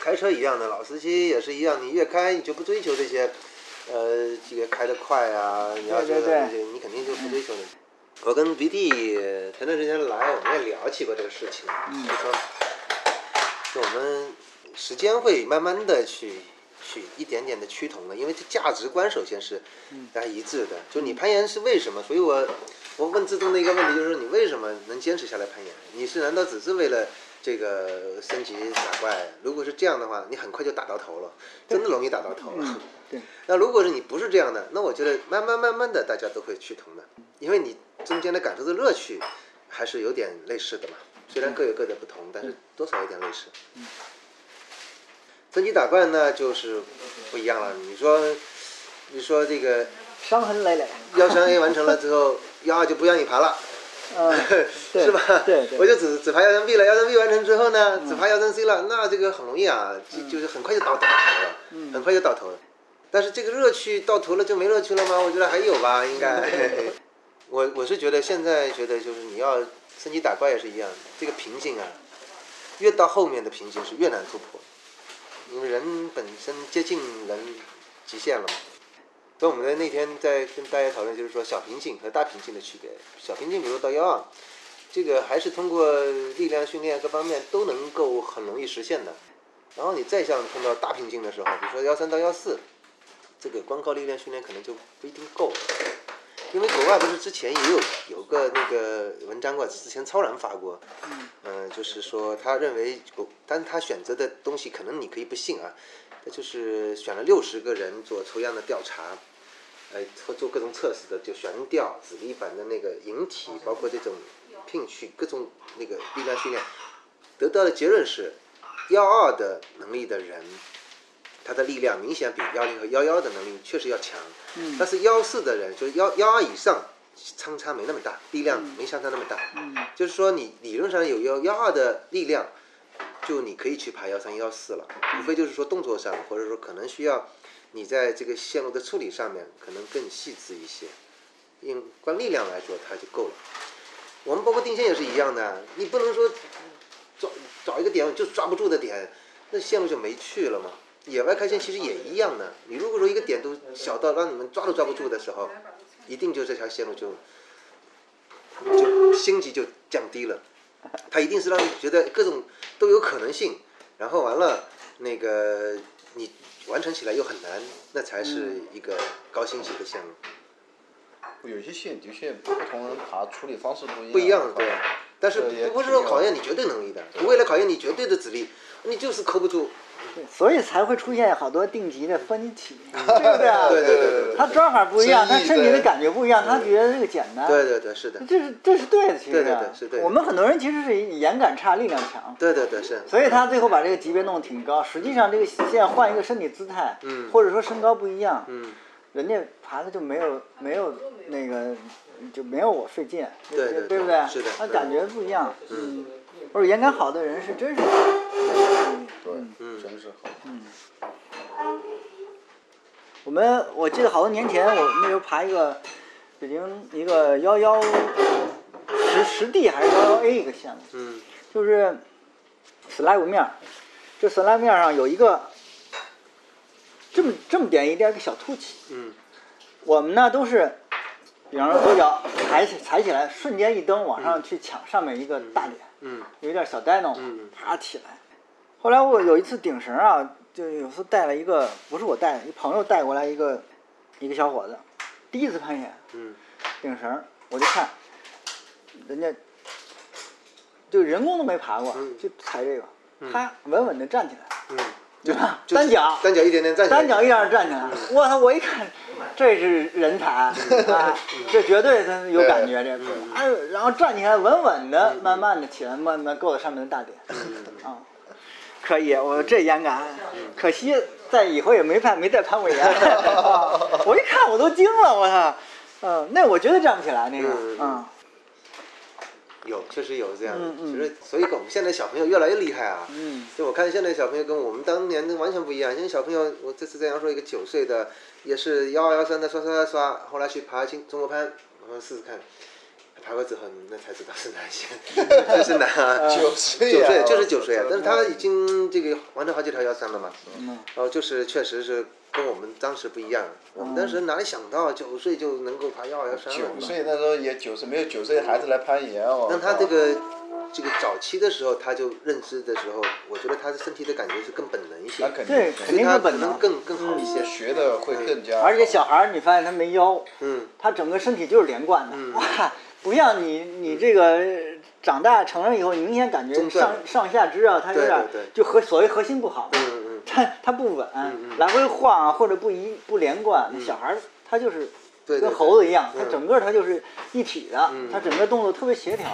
Speaker 4: 开车一样的，老司机也是一样，你越开你就不追求这些，呃，这个开得快啊，你要觉
Speaker 2: 对对
Speaker 4: 得
Speaker 2: 对嗯
Speaker 4: 这些，你肯定就不追求了。我跟鼻弟前段时间来，我们也聊起过这个事情，
Speaker 2: 嗯
Speaker 4: 就说，就我们时间会慢慢的去去一点点的趋同的，因为这价值观首先是
Speaker 2: 嗯
Speaker 4: 大家一致的，就你攀岩是为什么？所以我我问自动的一个问题就是你为什么能坚持下来攀岩？你是难道只是为了这个升级打怪？如果是这样的话，你很快就打到头了，真的容易打到头了。
Speaker 2: 对，
Speaker 4: (laughs) 那如果是你不是这样的，那我觉得慢慢慢慢的大家都会趋同的，因为你中间的感受的乐趣还是有点类似的嘛。虽然各有各的不同，但是多少有点类似。升级打怪那就是不一样了。你说，你说这个
Speaker 2: 伤痕累累，
Speaker 4: 幺三 A 完成了之后，幺二就不让你爬了。
Speaker 2: 嗯，对
Speaker 4: (laughs) 是吧？
Speaker 2: 对对嗯
Speaker 4: 我就只只爬幺三 B 了，幺三 B 完成之后呢，只爬幺三 C 了，那这个很容易啊，就就是很快就到头了，
Speaker 2: 嗯
Speaker 4: 很快就到头了。但是这个乐趣到头了就没乐趣了吗？我觉得还有吧，
Speaker 2: 嗯
Speaker 4: 应该。 (laughs) 我我是觉得现在觉得就是你要升级打怪也是一样，这个瓶颈啊，越到后面的瓶颈是越难突破，因为人本身接近人极限了嘛。所以我们在那天在跟大家讨论，就是说小瓶颈和大瓶颈的区别。小瓶颈，比如到幺二，这个还是通过力量训练各方面都能够很容易实现的。然后你再像碰到大瓶颈的时候，比如说幺三到幺四，这个光靠力量训练可能就不一定够了。因为国外不是之前也有有个那个文章过，之前超然发过，嗯、就是说他认为国，但是他选择的东西可能你可以不信啊，他就是选了六十个人做抽样的调查，呃，做做各种测试的，就悬吊、子力板的那个引体，包括这种拼曲，各种那个力量训练，得到的结论是，幺二的能力的人，他的力量明显比幺零和幺幺的能力确实要强，嗯、但是幺四的人，就是幺幺二以上，相差没那么大，力量没相差那么大，嗯、就是说你理论上有幺幺二的力量，就你可以去爬幺三幺四了，无非就是说动作上，或者说可能需要你在这个线路的处理上面可能更细致一些，因光力量来说它就够了。我们包括定线也是一样的，你不能说找找一个点就抓不住的点，那线路就没趣了嘛。野外开线其实也一样的，你如果说一个点都小到让你们抓都抓不住的时候，一定就这条线路就就星级就降低了。它一定是让你觉得各种都有可能性，然后完了那个你完成起来又很难，那才是一个高星级的项目，
Speaker 3: 有些线的确不同人爬处理方式不一样。
Speaker 4: 不一样对。但是
Speaker 3: 这也
Speaker 4: 不不是
Speaker 3: 挺
Speaker 4: 说
Speaker 3: 有
Speaker 4: 考验你绝对能力的，为了考验你绝对的实力，你就是扣不住。
Speaker 2: 所以才会出现好多定级的分歧，对不对啊？
Speaker 4: (laughs) 对对对对
Speaker 2: (laughs)
Speaker 4: 对
Speaker 2: 他抓法不一样，他
Speaker 3: 争议
Speaker 2: 身体的
Speaker 3: 对
Speaker 2: 感觉不一样，他觉得这个简单。
Speaker 4: 嗯对对对，是的，
Speaker 2: 这是这是对的，其实
Speaker 4: 对对对是对的
Speaker 2: 我们很多人其实是眼感差，力量强，
Speaker 4: 对对对是。
Speaker 2: 所以他最后把这个级别弄得挺高。实际上这个线换一个身体姿态，
Speaker 4: 嗯
Speaker 2: 或者说身高不一样，
Speaker 4: 嗯，
Speaker 2: 人家爬的就没有没有那个就没有我费劲，
Speaker 4: 对
Speaker 2: 对
Speaker 4: 对
Speaker 2: 不
Speaker 4: 对
Speaker 2: 对？
Speaker 4: 是的
Speaker 2: 他嗯
Speaker 4: 对
Speaker 2: 感觉不一样，嗯，或者眼感好的人是真是。
Speaker 3: 对，真是很
Speaker 4: 嗯
Speaker 2: 我们我记得好多年前，我们有爬一个北京一个幺幺十十 D 还是幺幺 A 一个项目，
Speaker 4: 嗯
Speaker 2: 就是死拉 l 面儿，这死拉 l 面儿上有一个这么这么点一点儿一个小凸起，
Speaker 4: 嗯
Speaker 2: 我们呢都是，比方说左脚抬起抬起来，瞬间一蹬往上去抢上面一个大点，
Speaker 4: 嗯
Speaker 2: 有点小 dino 嘛
Speaker 4: 嗯，
Speaker 2: 啪起来。后来我有一次顶绳啊，就有次带了一个，不是我带的，一朋友带过来一个一个小伙子，第一次攀岩
Speaker 4: 嗯
Speaker 2: 顶绳，我就看人家就人工都没爬过，
Speaker 4: 嗯
Speaker 2: 就踩这个，他稳稳的站起来，
Speaker 4: 嗯，
Speaker 2: 对吧？
Speaker 4: 就
Speaker 2: 单脚，
Speaker 4: 单脚一点点站起来，
Speaker 2: (laughs) 单脚一样
Speaker 4: (laughs)
Speaker 2: 站起来，我操！我一看，这是人才啊，这绝对他有感觉，这哎呦，然后站起来稳稳
Speaker 4: 嗯
Speaker 2: 的，慢慢的起来，慢慢够到上面的大点， (laughs) 啊，可以，我这严感，
Speaker 4: 嗯
Speaker 2: 可惜在以后也没攀，没再攀过岩，啊 (laughs) 我一看我都惊了，我操，嗯，那我绝对站不起来那个
Speaker 4: 嗯嗯，
Speaker 2: 嗯
Speaker 4: 嗯，有，确实有这样的。
Speaker 2: 嗯嗯
Speaker 4: 其实，所以我们现在小朋友越来越厉害啊。
Speaker 2: 嗯。
Speaker 4: 就我看现在小朋友跟我们当年的完全不一样。现在小朋友，我这次在阳朔一个九岁的，也是幺二幺三的刷刷刷刷，后来去爬新中国攀，我说试试看。爬过之后，那才知道是难 (laughs) 线，真是难啊！
Speaker 3: 九岁
Speaker 4: 九
Speaker 3: (laughs) 啊
Speaker 4: 岁
Speaker 3: 我
Speaker 4: 就是
Speaker 3: 操
Speaker 4: 九岁啊，但是他已经这个完成好几条幺三了嘛。
Speaker 2: 嗯
Speaker 4: 然后就是确实是跟我们当时不一样，我们当时哪里想到九岁就能够爬幺二幺三了？
Speaker 3: 嗯九岁那时候也九岁，没有九岁的孩子来攀岩哦。
Speaker 4: 但他这个这个早期的时候，他就认知的时候，我觉得他的身体的感觉是更本能一些，
Speaker 3: 那肯定
Speaker 2: 对，
Speaker 4: 所
Speaker 2: 肯
Speaker 4: 以
Speaker 2: 定
Speaker 4: 他
Speaker 2: 是
Speaker 4: 可
Speaker 2: 本
Speaker 4: 能
Speaker 2: 能。
Speaker 4: 更更好一些。
Speaker 3: 学的会更加。
Speaker 2: 而且小孩儿，你发现他没腰，
Speaker 4: 嗯，
Speaker 2: 他整个身体就是连贯的， (laughs) 哇，不像你你这个长大成人以后，你明显感觉
Speaker 4: 中断
Speaker 2: 上上下肢啊，他有点儿
Speaker 4: 对对对
Speaker 2: 就核所谓核心不好， (laughs)
Speaker 4: 嗯嗯
Speaker 2: 他他不稳，来回晃啊或者不一不连贯，小孩儿他就是。
Speaker 4: 嗯对对
Speaker 2: 跟
Speaker 4: 对
Speaker 2: 猴子一样，他
Speaker 4: 嗯
Speaker 2: 整个他就是一体的，他整个动作特别协调。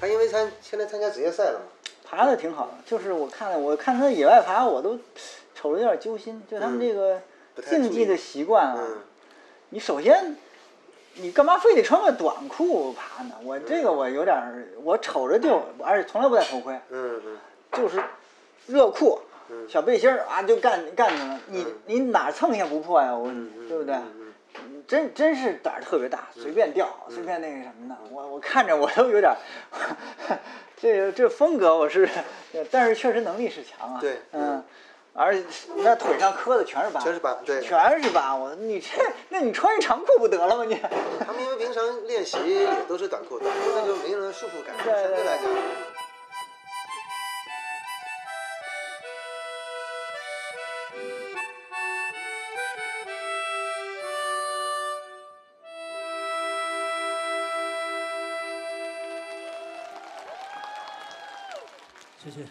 Speaker 4: 他因为参现在参加职业赛了嘛，
Speaker 2: 爬的挺好的，就是我看了，我看他野外爬，我都瞅着有点揪心。就他们这个
Speaker 4: 嗯太
Speaker 2: 竞
Speaker 4: 注
Speaker 2: 技
Speaker 4: 意
Speaker 2: 的习惯啊，
Speaker 4: 嗯，
Speaker 2: 你首先，你干嘛非得穿个短裤爬呢？我这个我有点儿，我瞅着
Speaker 4: 哎
Speaker 2: 就，而且从来不戴头盔，
Speaker 4: 嗯嗯，
Speaker 2: 就是热裤、小背心儿啊，就干干去了。
Speaker 4: 嗯
Speaker 2: 你你哪儿蹭一下不破呀？我对不对？
Speaker 4: 嗯
Speaker 2: 真真是胆儿特别大，随便掉，随便那个什么的。
Speaker 4: 嗯
Speaker 2: 我我看着我都有点儿， (laughs) 这个这风格我是，但是确实能力是强啊。
Speaker 4: 对
Speaker 2: 嗯。而且那腿上磕的全是疤，
Speaker 4: 全是疤对
Speaker 2: 全是啊疤。我你这，那你穿一长裤不得了吗？你，
Speaker 4: 他们因为平常练习也都是短裤，短裤那就没有那束缚感，相对来讲。
Speaker 7: 谢谢。